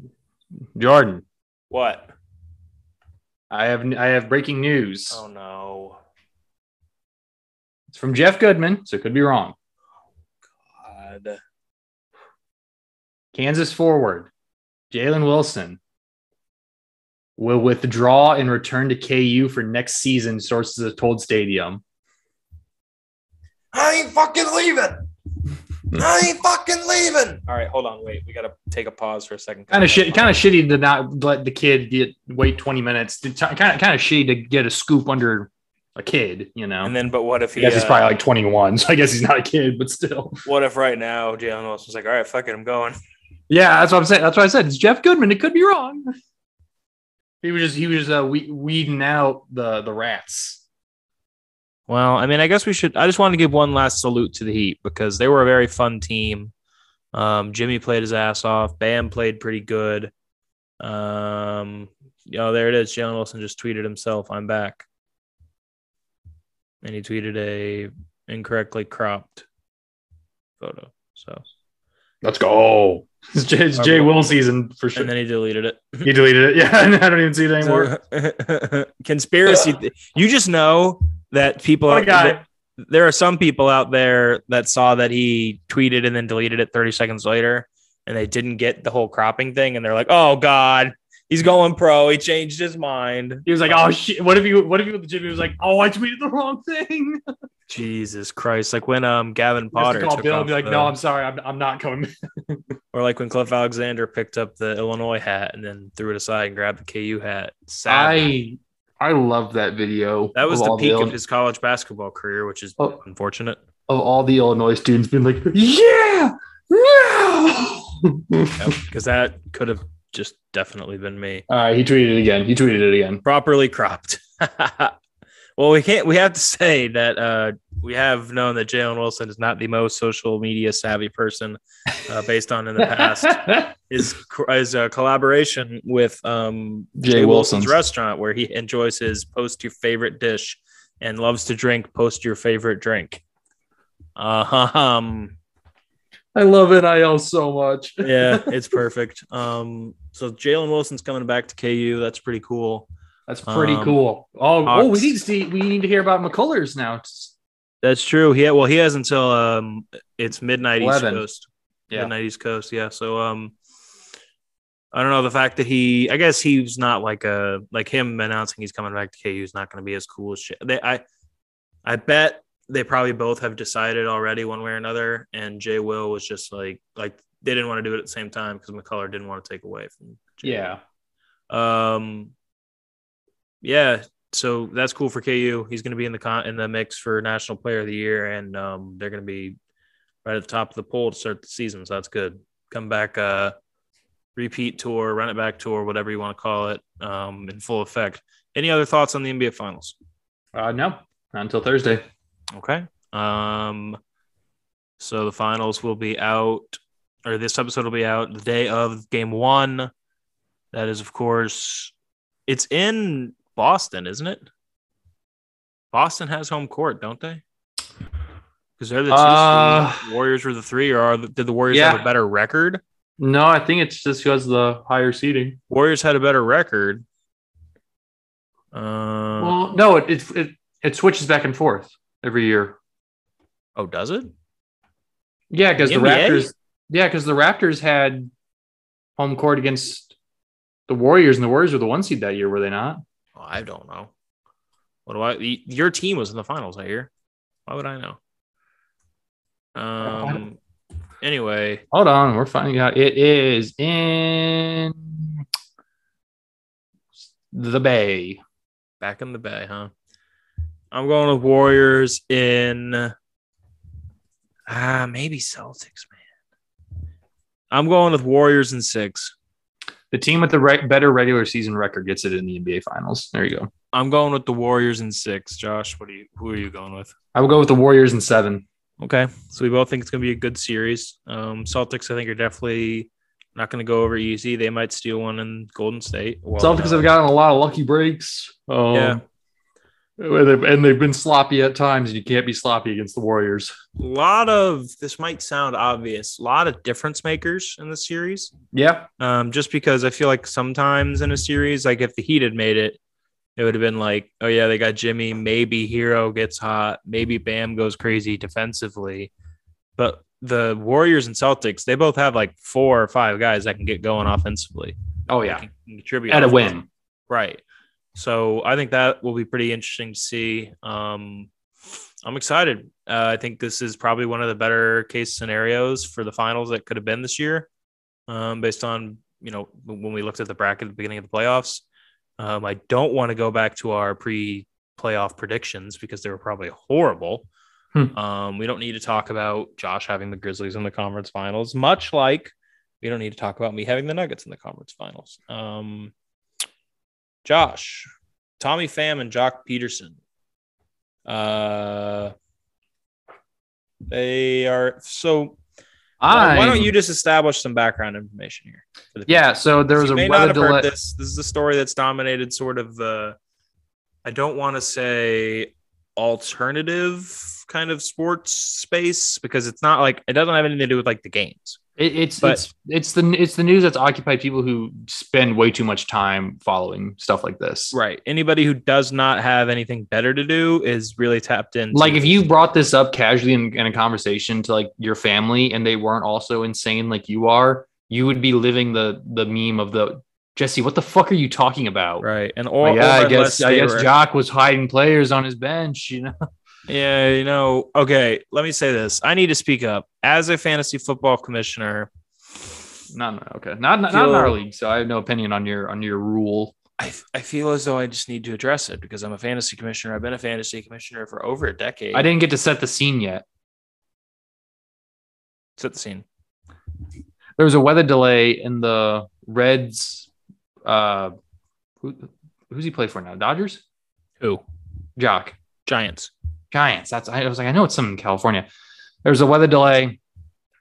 Jordan, What? I have I have breaking news. Oh no. It's from Jeff Goodman, so it could be wrong. God. Kansas forward, Jalen Wilson will withdraw and return to KU for next season, sources have told Stadium. I ain't fucking leaving. I ain't fucking leaving. All right, hold on, wait. We gotta take a pause for a second. Kind of shit, kind of shitty to not let the kid get wait 20 minutes. Kind of kind of shitty to get a scoop under a kid, you know. And then, but what if I he? guess he's uh, probably like 21, so I guess he's not a kid, but still. what if right now Jalen Wilson's like, all right, fuck it, I'm going. Yeah, that's what I'm saying. That's what I said. It's Jeff Goodman. It could be wrong. He was just he was uh, we- weeding out the the rats. Well, I mean, I guess we should. I just wanted to give one last salute to the Heat because they were a very fun team. Um, Jimmy played his ass off. Bam played pretty good. Um, oh, there it is. Jalen Wilson just tweeted himself, "I'm back," and he tweeted a incorrectly cropped photo. So, Let's go. It's Jay, it's Jay Will season for sure. and then he deleted it. He deleted it. Yeah, I don't even see it anymore. Conspiracy. th- you just know that people. What a out- guy. there are some people out there that saw that he tweeted and then deleted it 30 seconds later and they didn't get the whole cropping thing and they're like oh god he's going pro he changed his mind He was like, "Oh shit! What if you? What if you with Jimmy was like, oh, I tweeted the wrong thing." He jesus christ like when um gavin has potter to call took Bill and off be like, the- "No, I'm sorry, I'm, I'm not coming." back." or like when cliff alexander picked up the illinois hat and then threw it aside and grabbed the ku hat Sad. I I love that video. that was of the all peak Ill- of his college basketball career which is Oh. unfortunate of all the Illinois students being like, yeah, no. because that could have just definitely been me All right, he tweeted it again. He tweeted it again. properly cropped. well, we can't. We have to say that uh, we have known that Jalen Wilson is not the most social media savvy person, uh, based on in the past his his uh, collaboration with um, Jay Wilson's. restaurant, where he enjoys his post your favorite dish and loves to drink post your favorite drink. Uh, um, I love nil so much. yeah, it's perfect. Um, so Jalen Wilson's coming back to KU. That's pretty cool. That's pretty Um, cool. Oh, oh, we Hawks. need to see. We need to hear about McCullers now. It's- That's true. He well, he has until um it's midnight Eleven. East Coast. Yeah. Midnight East Coast. Yeah. So um, I don't know the fact that he. I guess he's not like a like him announcing he's coming back to KU is not going to be as cool as shit. They, I, I bet they probably both have decided already one way or another. And Jay Will was just like like they didn't want to do it at the same time because McCullough didn't want to take away from. Jay Will. yeah, Um, yeah, so that's cool for KU. He's going to be in the con- in the mix for National Player of the Year, and um, they're going to be right at the top of the poll to start the season. So that's good. Come back, uh, repeat tour, run it back tour, whatever you want to call it, um, in full effect. Any other thoughts on the NBA Finals? uh, no, not until Thursday. Okay. Um, so the finals will be out, or this episode will be out the day of game one. That is, of course, it's in Boston, isn't it? Boston has home court, don't they? Because they're the two. Uh, seed. Warriors were the three, or are the, did the Warriors have Yeah. a better record? No, I think it's just because the higher seating. Warriors had a better record. Uh, Well, no, it, it it it switches back and forth every year. oh, does it? Yeah, because the NBA? Raptors. Yeah, because the Raptors had home court against the Warriors, and the Warriors were the one seed that year, were they not? Oh, I don't know. What do I? y- Your team was in the finals that year. Why would I know? Um. Anyway, Hold on, we're finding out. It is in the Bay. back in the bay, huh? I'm going with Warriors in. Ah, maybe Celtics, man. I'm going with Warriors in six. The team with the re- better regular season record gets it in the NBA Finals. There you go. I'm going with the Warriors in six. Josh, what are you? Who are you going with? I will go with the Warriors in seven. Okay, so we both think it's going to be a good series. Um, Celtics, I think, are definitely not going to go over easy. They might steal one in Golden State. Well, Celtics no. have gotten a lot of lucky breaks. Um, Yeah. and they've- And they've been sloppy at times, and you can't be sloppy against the Warriors. a lot of this might sound obvious. A lot of difference makers in the series. Yeah. Um, just because I feel like sometimes in a series, like if the Heat had made it, it would have been like, oh yeah, they got Jimmy. Maybe Hero gets hot. Maybe Bam goes crazy defensively. But the Warriors and Celtics, they both have like four or five guys that can get going offensively. Oh, that yeah. can- can contribute At a offensively. win. Right. So I think that will be pretty interesting to see. Um, I'm excited. Uh, I think this is probably one of the better case scenarios for the finals that could have been this year, um, based on you know when we looked at the bracket at the beginning of the playoffs. Um, I don't want to go back to our pre-playoff predictions because they were probably horrible. Hmm. Um, we don't need to talk about Josh having the Grizzlies in the conference finals, much like we don't need to talk about me having the Nuggets in the conference finals. Um, Josh, Tommy Pham, and Jock Peterson. Uh, they are so. I why don't you just establish some background information here? for the Yeah, so there was you a may not weather have heard delay. this. This is a story that's dominated sort of the. I don't want to say alternative kind of sports space because it's not like it doesn't have anything to do with like the games. It, it's But- it's it's the it's the news that's occupied people who spend way too much time following stuff like this. Right. Anybody who does not have anything better to do is really tapped in. Like if you brought this up casually in, in a conversation to like your family and they weren't also insane like you are, you would be living the the meme of the Jesse. What the fuck are you talking about? right, and Like, all yeah, or I less guess I they guess were- Jock was hiding players on his bench. You know, Yeah, you know, okay, let me say this. I need to speak up. As a fantasy football commissioner, not no, okay, not not, not in our league. So I have no opinion on your on your rule. I, f- I feel as though I just need to address it because I'm a fantasy commissioner. I've been a fantasy commissioner for over a decade. I didn't get to set the scene yet. set the scene. there was a weather delay in the Reds. Uh, who, who's he play for now? Dodgers? Who? Jock. Giants. Giants. That's I was like, I know it's something in California. There was a weather delay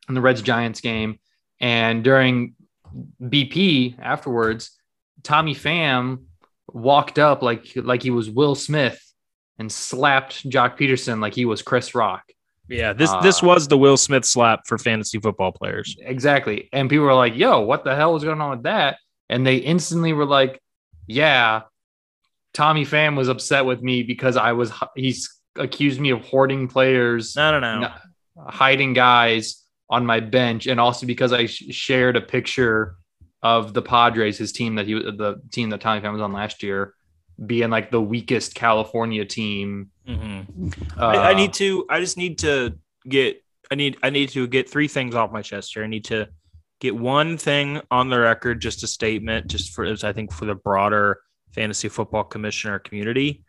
in the Reds Giants game, and during BP afterwards, Tommy Pham walked up like like he was Will Smith and slapped Jock Peterson like he was Chris Rock. Yeah, this Uh, this was the Will Smith slap for fantasy football players. Exactly. And people were like, yo, what the hell was going on with that? And they instantly were like, yeah, Tommy Pham was upset with me because I was, he's accused me of hoarding players, No, no, no. No. hiding guys on my bench. And also because I sh- shared a picture of the Padres, his team that he, the team that Tommy Pham was on last year, being like the weakest California team. Mhm. Uh, I, I need to. I just need to get. I need. I need to get three things off my chest here. I need to get one thing on the record, just a statement, just for as I think for the broader fantasy football commissioner community.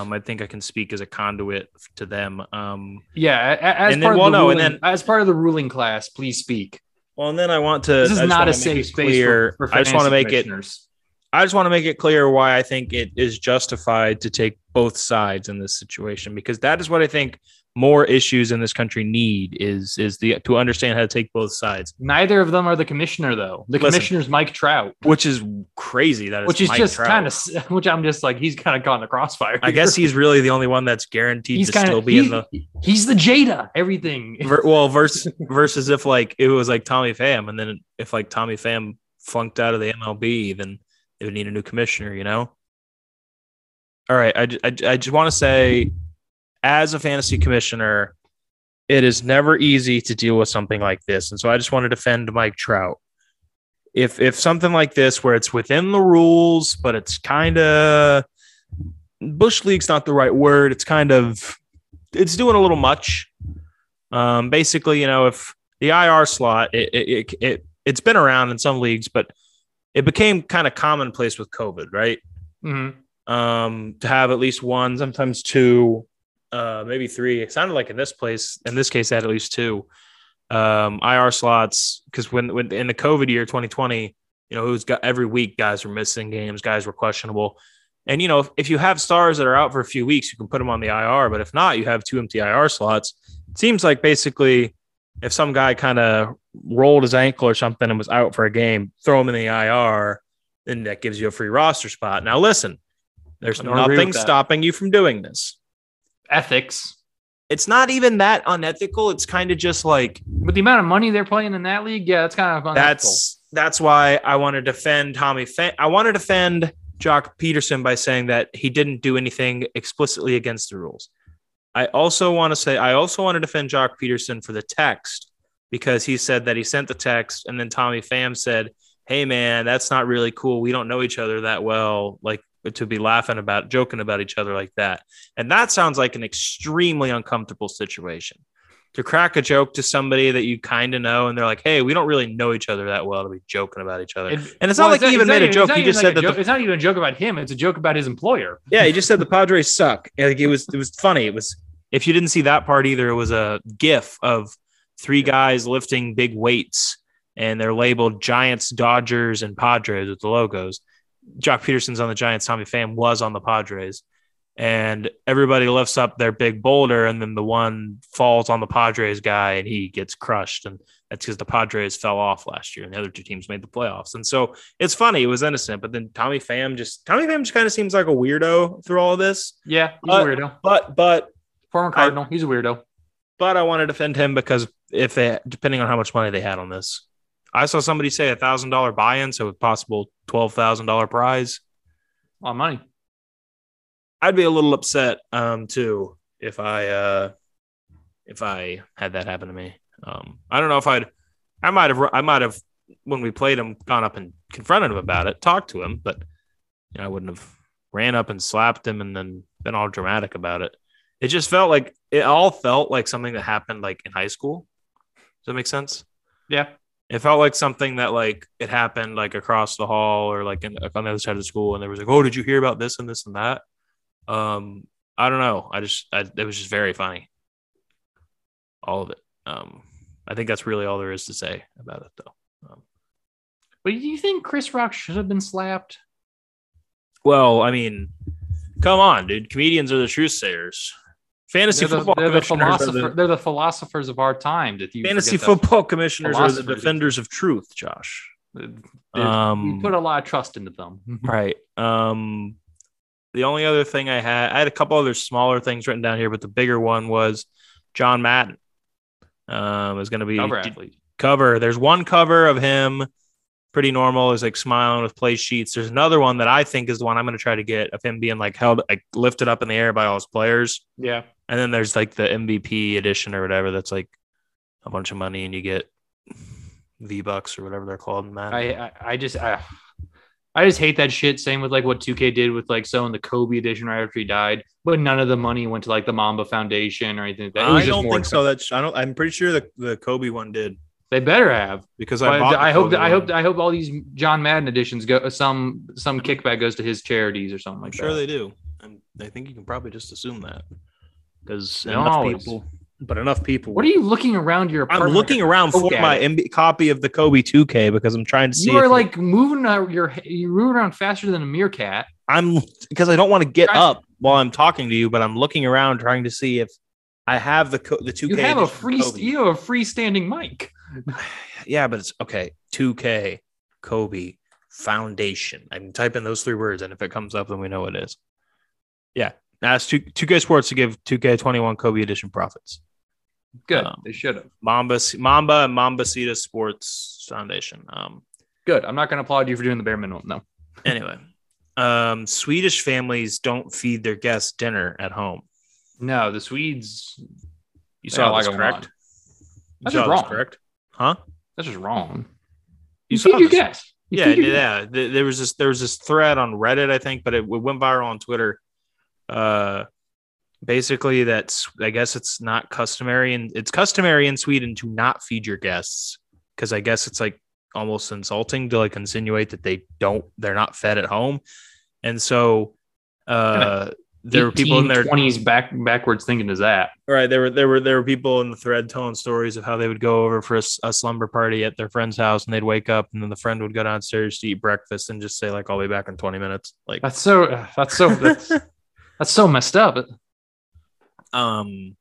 Um, I think I can speak as a conduit to them. Um, yeah. a- a- As And then- part well, of the no, and ruling, then- as part of the ruling class, please speak. well, and then I want to. this is Uh, I just not wanna make a safe it space clear- for, for I just want to fantasy make it commissioners. I just want to make it clear why I think it is justified to take both sides in this situation because that is what I think more issues in this country need is is the to understand how to take both sides, Neither of them are the commissioner, though. The Listen. commissioner's Mike Trout, which is crazy. That is which is Mike just Trout. kind of, which I'm just like, he's kind of caught in the crossfire. I guess he's really the only one that's guaranteed he's to kind still of be in the he's the Jada, everything. ver- well versus versus if like it was like Tommy Pham and then if like Tommy Pham flunked out of the MLB, then they would need a new commissioner, you know. All right, I ju- I, ju- I just want to say, as a fantasy commissioner, it is never easy to deal with something like this, and so I just want to defend Mike Trout. If if something like this, where it's within the rules, but it's kind of bush league's not the right word. It's kind of it's doing a little much. Um, basically, you know, if the IR slot, it, it, it, it, it's been around in some leagues, but it became kind of commonplace with COVID, right? Mhm. Um, to have at least one, sometimes two, uh, maybe three. It sounded like in this place, in this case, they had at least two um, IR slots. Because when, when in the COVID year, 2020, you know, it was got every week guys were missing games, guys were questionable. And you know, if, if you have stars that are out for a few weeks, you can put them on the IR. But if not, you have two empty IR slots. It seems like basically, if some guy kind of rolled his ankle or something and was out for a game, throw him in the IR, then that gives you a free roster spot. Now, listen, there's I don't agree nothing with that. stopping you from doing this. Ethics, It's not even that unethical. It's kind of just like but the amount of money they're playing in that league, yeah, it's kind of unethical. that's that's why I want to defend Tommy. Fa- I want to defend Jock Peterson by saying that he didn't do anything explicitly against the rules. I also want to say I also want to defend Jock Peterson for the text because he said that he sent the text and then Tommy Pham said hey man, that's not really cool. We don't know each other that well, like to be laughing about joking about each other like that. And that sounds like an extremely uncomfortable situation. To crack a joke to somebody that you kind of know, and they're like, "Hey, we don't really know each other that well to be joking about each other." And it's not like he even made a joke. He just said that the- it's not even a joke about him. It's a joke about his employer. Yeah, he just said the Padres suck. And, Like it was it was funny. It was if you didn't see that part either, it was a gif of three guys lifting big weights and they're labeled Giants, Dodgers, and Padres with the logos. Jock Peterson's on the Giants, Tommy Pham was on the Padres. And everybody lifts up their big boulder, and then the one falls on the Padres guy and he gets crushed. And that's because the Padres fell off last year and the other two teams made the playoffs. And so it's funny, it was innocent, but then Tommy Pham just Tommy Pham just kind of seems like a weirdo through all of this. Yeah, he's Uh, a weirdo. But but Former Cardinal. he's a weirdo. but I want to defend him because if they depending on how much money they had on this. I saw somebody say a thousand dollar buy-in, so a possible twelve thousand dollar prize. A lot of money. I'd be a little upset um too if I uh if I had that happen to me. Um I don't know if I'd I might have I might have when we played him gone up and confronted him about it, talked to him, but you know, I wouldn't have ran up and slapped him and then been all dramatic about it. It just felt like it all felt like something that happened like in high school. Does that make sense? Yeah. It felt like something that like it happened like across the hall or like in, on the other side of the school, and there was like, oh, did you hear about this and this and that? Um, I don't know. I just I, it was just very funny, all of it. Um, I think that's really all there is to say about it, though. But do you think Chris Rock should have been slapped? Well, I mean, come on, dude. Comedians are the truthsayers. Fantasy They're the, football they're the commissioners are philosopher- the they're the philosophers of our time. Did you forget fantasy that. football commissioners are the Philosophers. defenders of truth, Josh. They- Um, You put a lot of trust into them. Right. Um, the only other thing I had, I had a couple other smaller things written down here, but the bigger one was John Madden. Um, is going to be Cover athlete. cover. There's one cover of him, pretty normal, is like smiling with play sheets. There's another one that I think is the one I'm going to try to get of him being like held, like lifted up in the air by all his players. Yeah. And then there's like the MVP edition or whatever that's like a bunch of money and you get V Bucks or whatever they're called in that. I, I I just I, I just hate that shit. Same with like what 2K did with like selling the Kobe edition right after he died, but none of the money went to like the Mamba Foundation or anything. Like that. It was I just don't more think so. That's I don't. I'm pretty sure the, the Kobe one did expensive. They better have. because I. But bought the I, hope Kobe that, I hope one. I hope all these John Madden editions go some some kickback goes to his charities or something I'm like sure that. they do. And I think you can probably just assume that because No, enough it's- people. But enough people. What are you looking around your I'm apartment? looking around for Look at my it. MB, copy of the Kobe 2K because I'm trying to see. You are if- like moving out your you're moving around faster than a meerkat. I'm because I don't want to get Try- up while I'm talking to you, but I'm looking around trying to see if I have the co- the 2K. You have a edition of free Kobe. you have a freestanding mic. Yeah, but it's okay. 2K Kobe Foundation. I can type in those three words, and if it comes up, then we know it is. Yeah. Ask 2, 2K Sports to give 2K21 Kobe Edition profits. Good. Um, they should have. Mamba, Mamba, and Mamba Sita Sports Foundation. Um, Good. I'm not going to applaud you for doing the bare minimum though. anyway, um, Swedish families don't feed their guests dinner at home. No, the Swedes. You They saw don't this, like 'em a correct? lot. You That's saw this, just wrong. correct? Huh? That's just wrong. You You, saw feed your this. guests. You yeah, feed your guests. yeah. Th- There was this there was this thread on Reddit, I think, but it, w- went viral on Twitter. Uh, basically, that's I guess it's not customary, and it's customary in Sweden to not feed your guests because I guess it's like almost insulting to like insinuate that they don't they're not fed at home, and so uh, there were people in there 20s back backwards thinking is that All right, there were there were there were people in the thread telling stories of how they would go over for a, s- a slumber party at their friend's house, and they'd wake up, and then the friend would go downstairs to eat breakfast, and just say like, "I'll be back in twenty minutes." Like, that's so uh, that's so that's, that's so messed up. All um,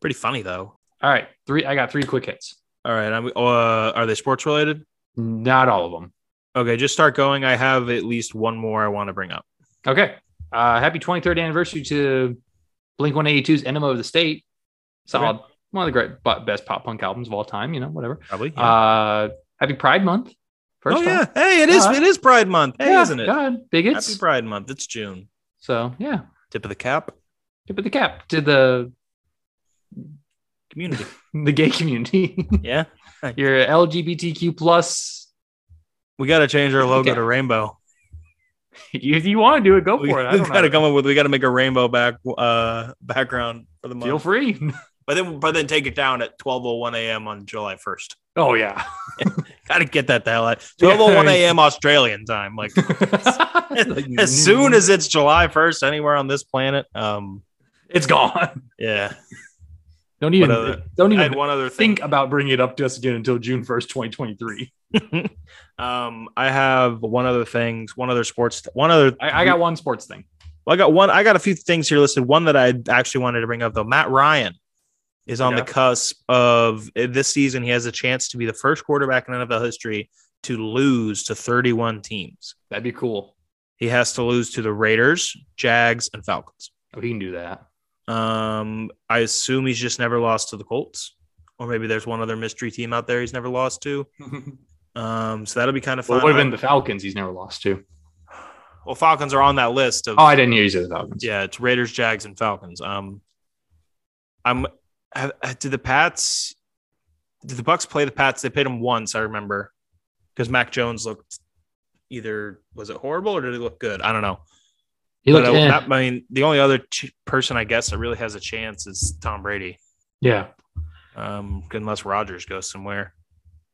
pretty funny though. right, three. I got three quick hits. All right, I'm, uh, are they sports related? Not all of them. Okay, just start going. I have at least one more I want to bring up. Okay. Uh, happy 23rd anniversary to Blink 182's Enema of the State. Solid. One of the great but best pop punk albums of all time. You know, whatever. Probably. yeah. Uh, happy Pride Month. First oh off. yeah, hey, it is Yeah. it is Pride Month, hey, Yeah, isn't it? God, bigots. Happy Pride Month. It's June. so yeah, Tip of the cap, tip of the cap to the community. the gay community. yeah. your LGBTQ plus We got to change our logo Yeah. to rainbow. if you want to do it, go We, for it. I don't got know. to come up with. We got to make a rainbow back uh, background for the month. Feel free. But then, but then take it down at twelve oh one a.m. on July first. oh yeah. Got to get that the hell out. Twelve oh one a.m. Australian time. Like as soon as it's July first anywhere on this planet. Um, it's gone. yeah. Don't even But, uh, don't I had even one other thing. think about bringing it up to us again until June first, twenty twenty three. Um, I have one other thing. One other sports. One other. I, I got one sports thing. Well, I got one. I got a few things here listed. One that I actually wanted to bring up though. Matt Ryan is on Yeah. the cusp of eh, this season. He has a chance to be the first quarterback in NFL history to lose to 31 teams. That'd be cool. He has to lose to the Raiders, Jags, and Falcons. Oh, he can do that. Um, I assume he's just never lost to the Colts, or maybe there's one other mystery team out there he's never lost to. Um, so that'll be kind of Well, fun. it would have been the Falcons he's never lost to. well, Falcons are on that list of Oh, I didn't hear you say the Falcons. Yeah, it's Raiders, Jags, and Falcons. Um, I'm. Have, did the Pats? Did the Bucks play the Pats? They played them once, I remember, because Mac Jones looked either was it horrible or did he look good? I don't know. He But looked, I, eh. that- I mean, the only other ch- person I guess that really has a chance is Tom Brady, Yeah. um, unless Rogers goes somewhere.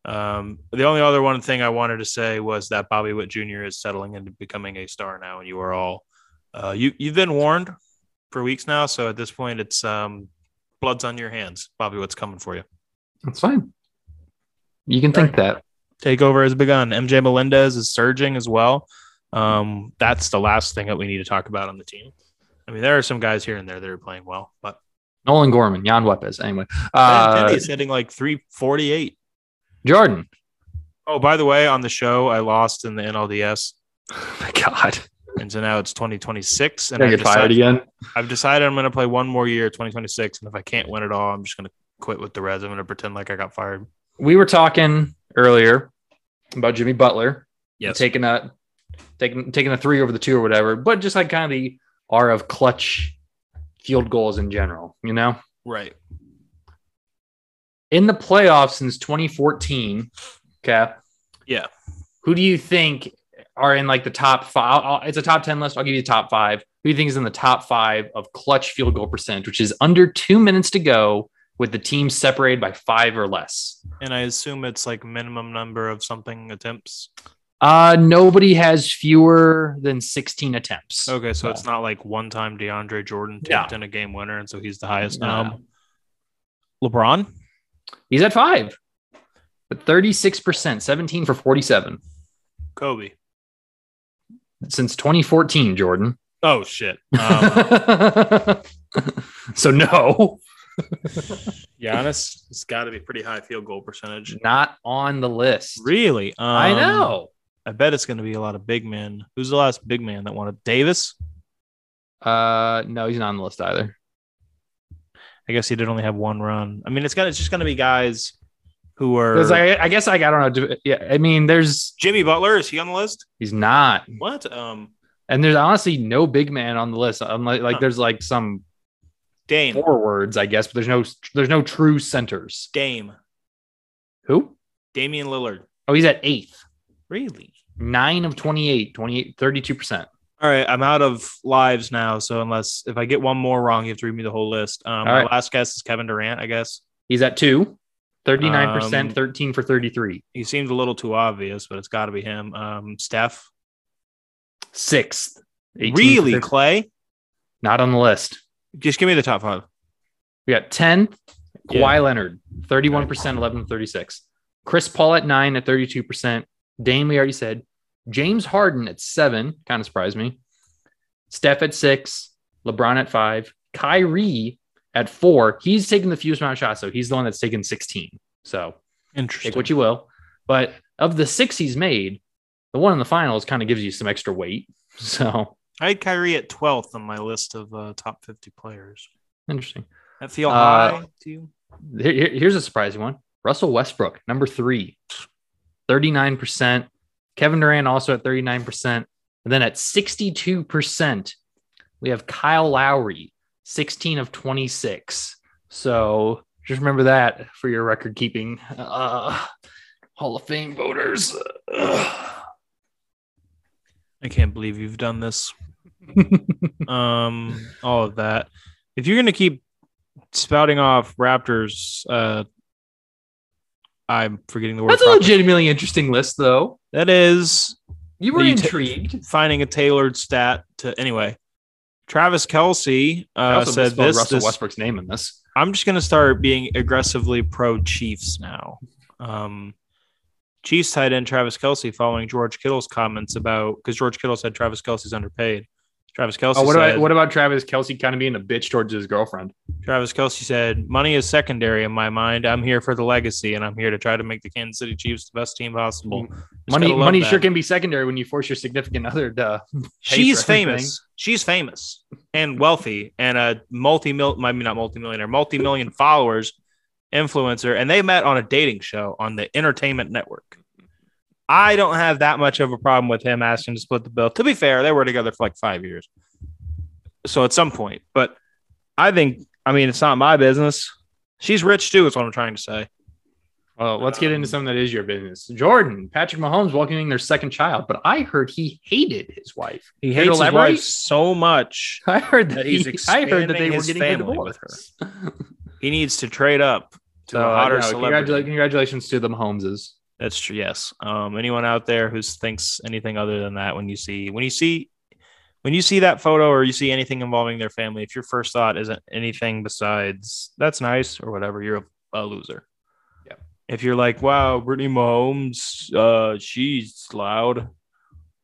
Um, the only other one thing I wanted to say was that Bobby Witt Jr. is settling into becoming a star now, and you are all uh, you you've been warned for weeks now. So at this point, it's um, blood's on your hands, Bobby. What's coming for you? That's fine. You can think that. Takeover has begun. MJ Melendez is surging as well. Um, that's the last thing that we need to talk about on the team. I mean, there are some guys here and there that are playing well, but Nolan Gorman, Jan Wepes. Anyway, Ben uh, Penny is hitting like three forty eight. Jordan. Oh, by the way, on the show, I lost in the NLDS, Oh my God, and so now it's 2026. And gonna I've get fired decided, again. I've decided I'm going to play one more year, 2026, and if I can't win it all, I'm just going to quit with the Reds. I'm going to pretend like I got fired. We were talking earlier about Jimmy Butler. Yes. taking a taking taking a three over the two or whatever, but just like kind of the R of clutch field goals in general. You know, Right. in the playoffs since 2014, Cap. Yeah. Who do you think are in like the top five? I'll- I'll- it's a top 10 list. I'll give you the top five. Who do you think is in the top five of clutch field goal percent, which is under two minutes to go with the team separated by five or less? And I assume it's like minimum number of something attempts. Uh, nobody has fewer than 16 attempts. Okay, so it's not like one time DeAndre Jordan No. tipped in a game winner, and so he's the highest. No. Um, LeBron. He's at five, but 36%, 17 for 47 Kobe. since 2014, Jordan. Oh shit. Um, so, no, Giannis. It's got to be pretty high field goal percentage. not on the list. Really? Um, I know. I bet it's going to be a lot of big men. Who's the last big man that won it? Davis. Uh, no, he's not on the list either. I guess he did only have one run. I mean, it's gonna it's just gonna be guys who are. 'Cause I, I guess like, I don't know. do- Yeah, I mean, there's Jimmy Butler is he on the list? he's not, What? Um, and there's honestly no big man on the list. Unlike like Huh. there's like some Dame. forwards, I guess, but there's no there's no true centers. Dame. Who? Damian Lillard. Oh, he's at eighth, Really? nine of 28, 28, 32 percent. All right, I'm out of lives now. So unless if I get one more wrong, you have to read me the whole list. Um, my right. last guess is Kevin Durant. I guess He's at two, 39%, Um, 13 for 33. he seemed a little too obvious, but it's got to be him. Um, Steph. Sixth. 18 for Really, 50. Clay? Not on the list. Just give me the top five. We got 10th, Kawhi Yeah. Leonard, 31%, 11 36. Chris Paul at nine at 32%. Dame, we already said. James Harden at seven, kind of surprised me. Steph at six, LeBron at five, Kyrie at four. He's taking the fewest amount of shots, so he's the one that's taken 16. So Interesting. take what you will. But of the six he's made, the one in the finals kind of gives you some extra weight. So I had Kyrie at 12th on my list of uh, top 50 players. interesting. That feel Uh, high to you? Here- here- here's a surprising one Russell Westbrook, number three, 39%. Kevin Durant also at 39%. And then at 62%, we have Kyle Lowry, 16 of 26. So just remember that for your record keeping. Uh, Hall of Fame voters. I can't believe you've done this. um, all of that. If you're gonna keep spouting off Raptors, uh, I'm forgetting the word. That's a proper- legitimately interesting list, though. That is You were You ta- intrigued. finding a tailored stat to anyway. Travis Kelsey uh, said misspelled this. Russell this- Westbrook's name in this. I'm just gonna start being aggressively pro Chiefs now. Um, Chiefs tight end Travis Kelsey following George Kittle's comments about because George Kittle said Travis Kelsey's underpaid. Travis Kelsey Oh, what, said, about, what about Travis Kelsey kind of being a bitch towards his girlfriend? Travis Kelsey said, "Money is secondary in my mind. I'm here for the legacy, and I'm here to try to make the Kansas City Chiefs the best team possible." Just Mm, Money, gotta love money that. sure can be secondary when you force your significant other to. She's for everything. famous. She's famous and wealthy and a multi mil, I mean, not multi millionaire, multi million followers, influencer. And they met on a dating show on the Entertainment Network. I don't have that much of a problem with him asking to split the bill. To be fair, they were together for like five years. So at some point, but I think, I mean, it's not my business. She's rich too, is what I'm trying to say. Well, let's get Um, into something that is your business. Jordan, Patrick Mahomes welcoming their second child, but I heard he hated his wife. He Care hates to his elaborate? wife so much I heard that, That he- he's I heard that expanding they were his getting a family divorce. with he needs to trade up to a hotter yeah, celebrity. congratula- congratulations to the Mahomeses. That's true. Yes. Um, anyone out there who thinks anything other than that when you see when you see when you see that photo or you see anything involving their family, if your first thought isn't anything besides "that's nice" or whatever, you're a, a loser. Yeah. If you're like, "Wow, Brittany Mahomes, uh, she's loud,"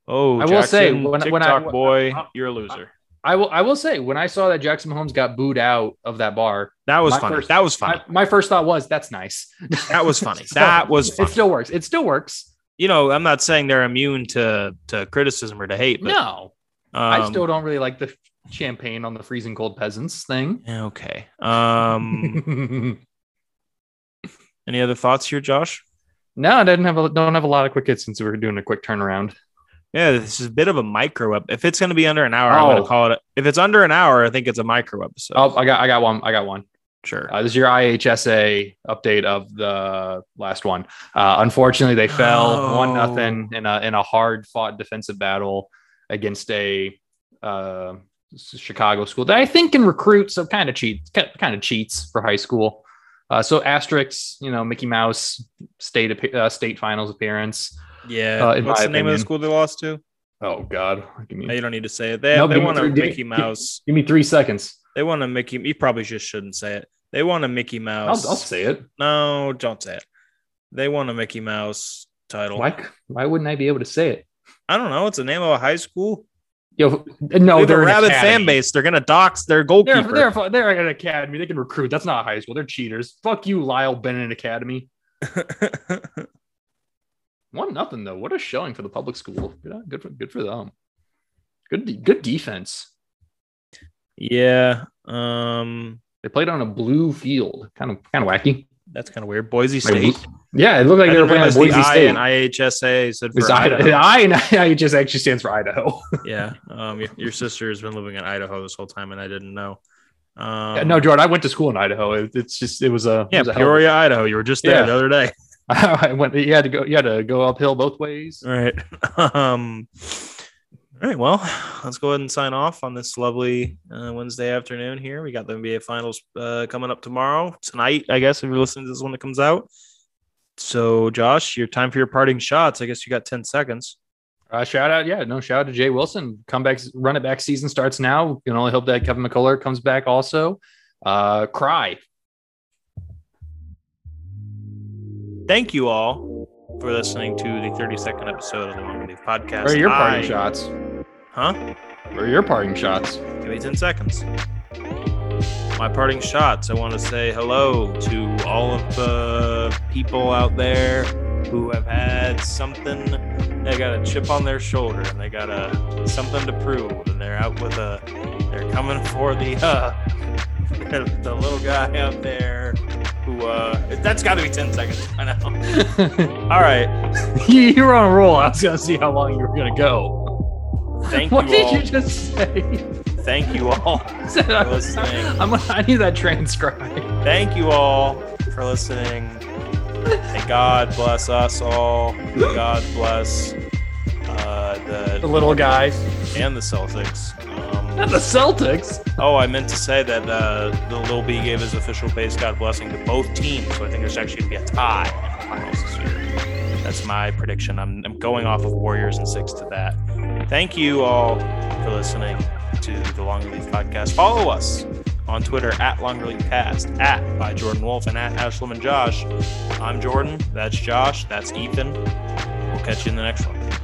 oh, I will say, Jackson, when I- TikTok when I- uh, boy, I- you're a loser. I will. I will say when I saw that Jackson Mahomes got booed out of that bar, That was my funny. first- that was funny. my, my first thought was, "That's nice." that was funny. Still- That was It funny. still works. It still works. you know, I'm not saying they're immune to to criticism or to hate, but no, um, I still don't really like the champagne on the freezing cold peasants thing. Yeah, Okay. Um, any other thoughts here, Josh? no, I didn't have a don't have a lot of quick hits since we were doing a quick turnaround. Yeah, this is a bit of a micro up. If it's going to be under an hour, I'm going Oh. to call it. If it's under an hour, I think it's a micro episode. Oh, I got I got one. I got one. sure. Uh, this is your IHSA update of the last one. Uh, unfortunately, they fell No. one nothing in a in a hard fought defensive battle against a uh, s- Chicago school that I think can recruit, so kind of cheats, kind of cheats for high school. Uh, so asterisks, you know, Mickey Mouse state appe- uh, state finals appearance. yeah. uh, in What's the my name of the opinion. school they lost to? Oh God, give No, me you don't need to say it. They, No, they give me want a three- give me- Mickey Mouse. give me three seconds. They want a Mickey. You probably just shouldn't say it. They want a Mickey I'll, I'll Mouse. say it. no, don't say it. They want a Mickey Mouse title. Why? c- Why wouldn't I be able to say it? I don't know. It's the name of a high school. Yo, no, Oh, they're they're a an rabid academy. fan base. They're going to dox their goalkeeper. They're, they're, fu- they're at an academy. They can recruit. That's not high school. They're cheaters. Fuck you, Lyle Bennett Academy. One nothing though. What a showing for the public school. Good, uh, good for good for them. Good de- good defense. yeah. Um. They played on a blue field. Kind of kind of wacky. That's kind of weird. Boise Like, State. Yeah, it looked like I they were didn't playing on realize the Boise I State. and IHSA stood It's for Idaho. Idaho. I and I just actually stands for Idaho. yeah. Um, your, your sister has been living in Idaho this whole time, and I didn't know. Um, no, Jordan, I went to school in Idaho. It- it's just it was a it yeah, was a hell of a- Peoria, Idaho. You were just there Yeah. the other day. I went. You had to go. You had to go uphill both ways. All right. Um, all right. Well, let's go ahead and sign off on this lovely uh, Wednesday afternoon here. We got the NBA Finals uh, coming up tomorrow, tonight, I guess, if you're listening to this when it comes out. So, Josh, your time for your parting shots. I guess you got 10 seconds. Uh, shout out, yeah, no shout out to Jay Wilson. Comeback, run it back season starts now. We can only hope that Kevin McCullough comes back also. Uh, cry. Thank you all for listening to the 32nd episode of the Long Leaf Podcast. Where are your parting I- shots? Huh? Where are your parting shots? Give me 10 seconds. My parting shots. I want to say hello to all of the people out there who have had something. They got a chip on their shoulder and they got a something to prove, and they're out with a. They're coming for the uh, the little guy out there who. uh That's got to be 10 seconds. I know. All right. you were on a roll. I was gonna see how long you were gonna go. Thank What you did all. you just say? Thank you all. Said I was- listening. I'm gonna. I need that transcribed. Thank you all for listening. May God bless us all. May God bless uh, The the little guys. and the Celtics. Um, Not the Celtics. Oh, I meant to say that uh, the Lil B gave his official base God blessing to both teams, so I think there's actually going to be a tie in the finals this year. That's my prediction. I'm, I'm going off of Warriors and six to that. Thank you all for listening to the Long Relief Podcast. Follow us on Twitter at Long Relief Cast, at by Jordan Wolf, and at Ashlam and Josh. I'm Jordan. That's Josh. That's Ethan. We'll catch you in the next one.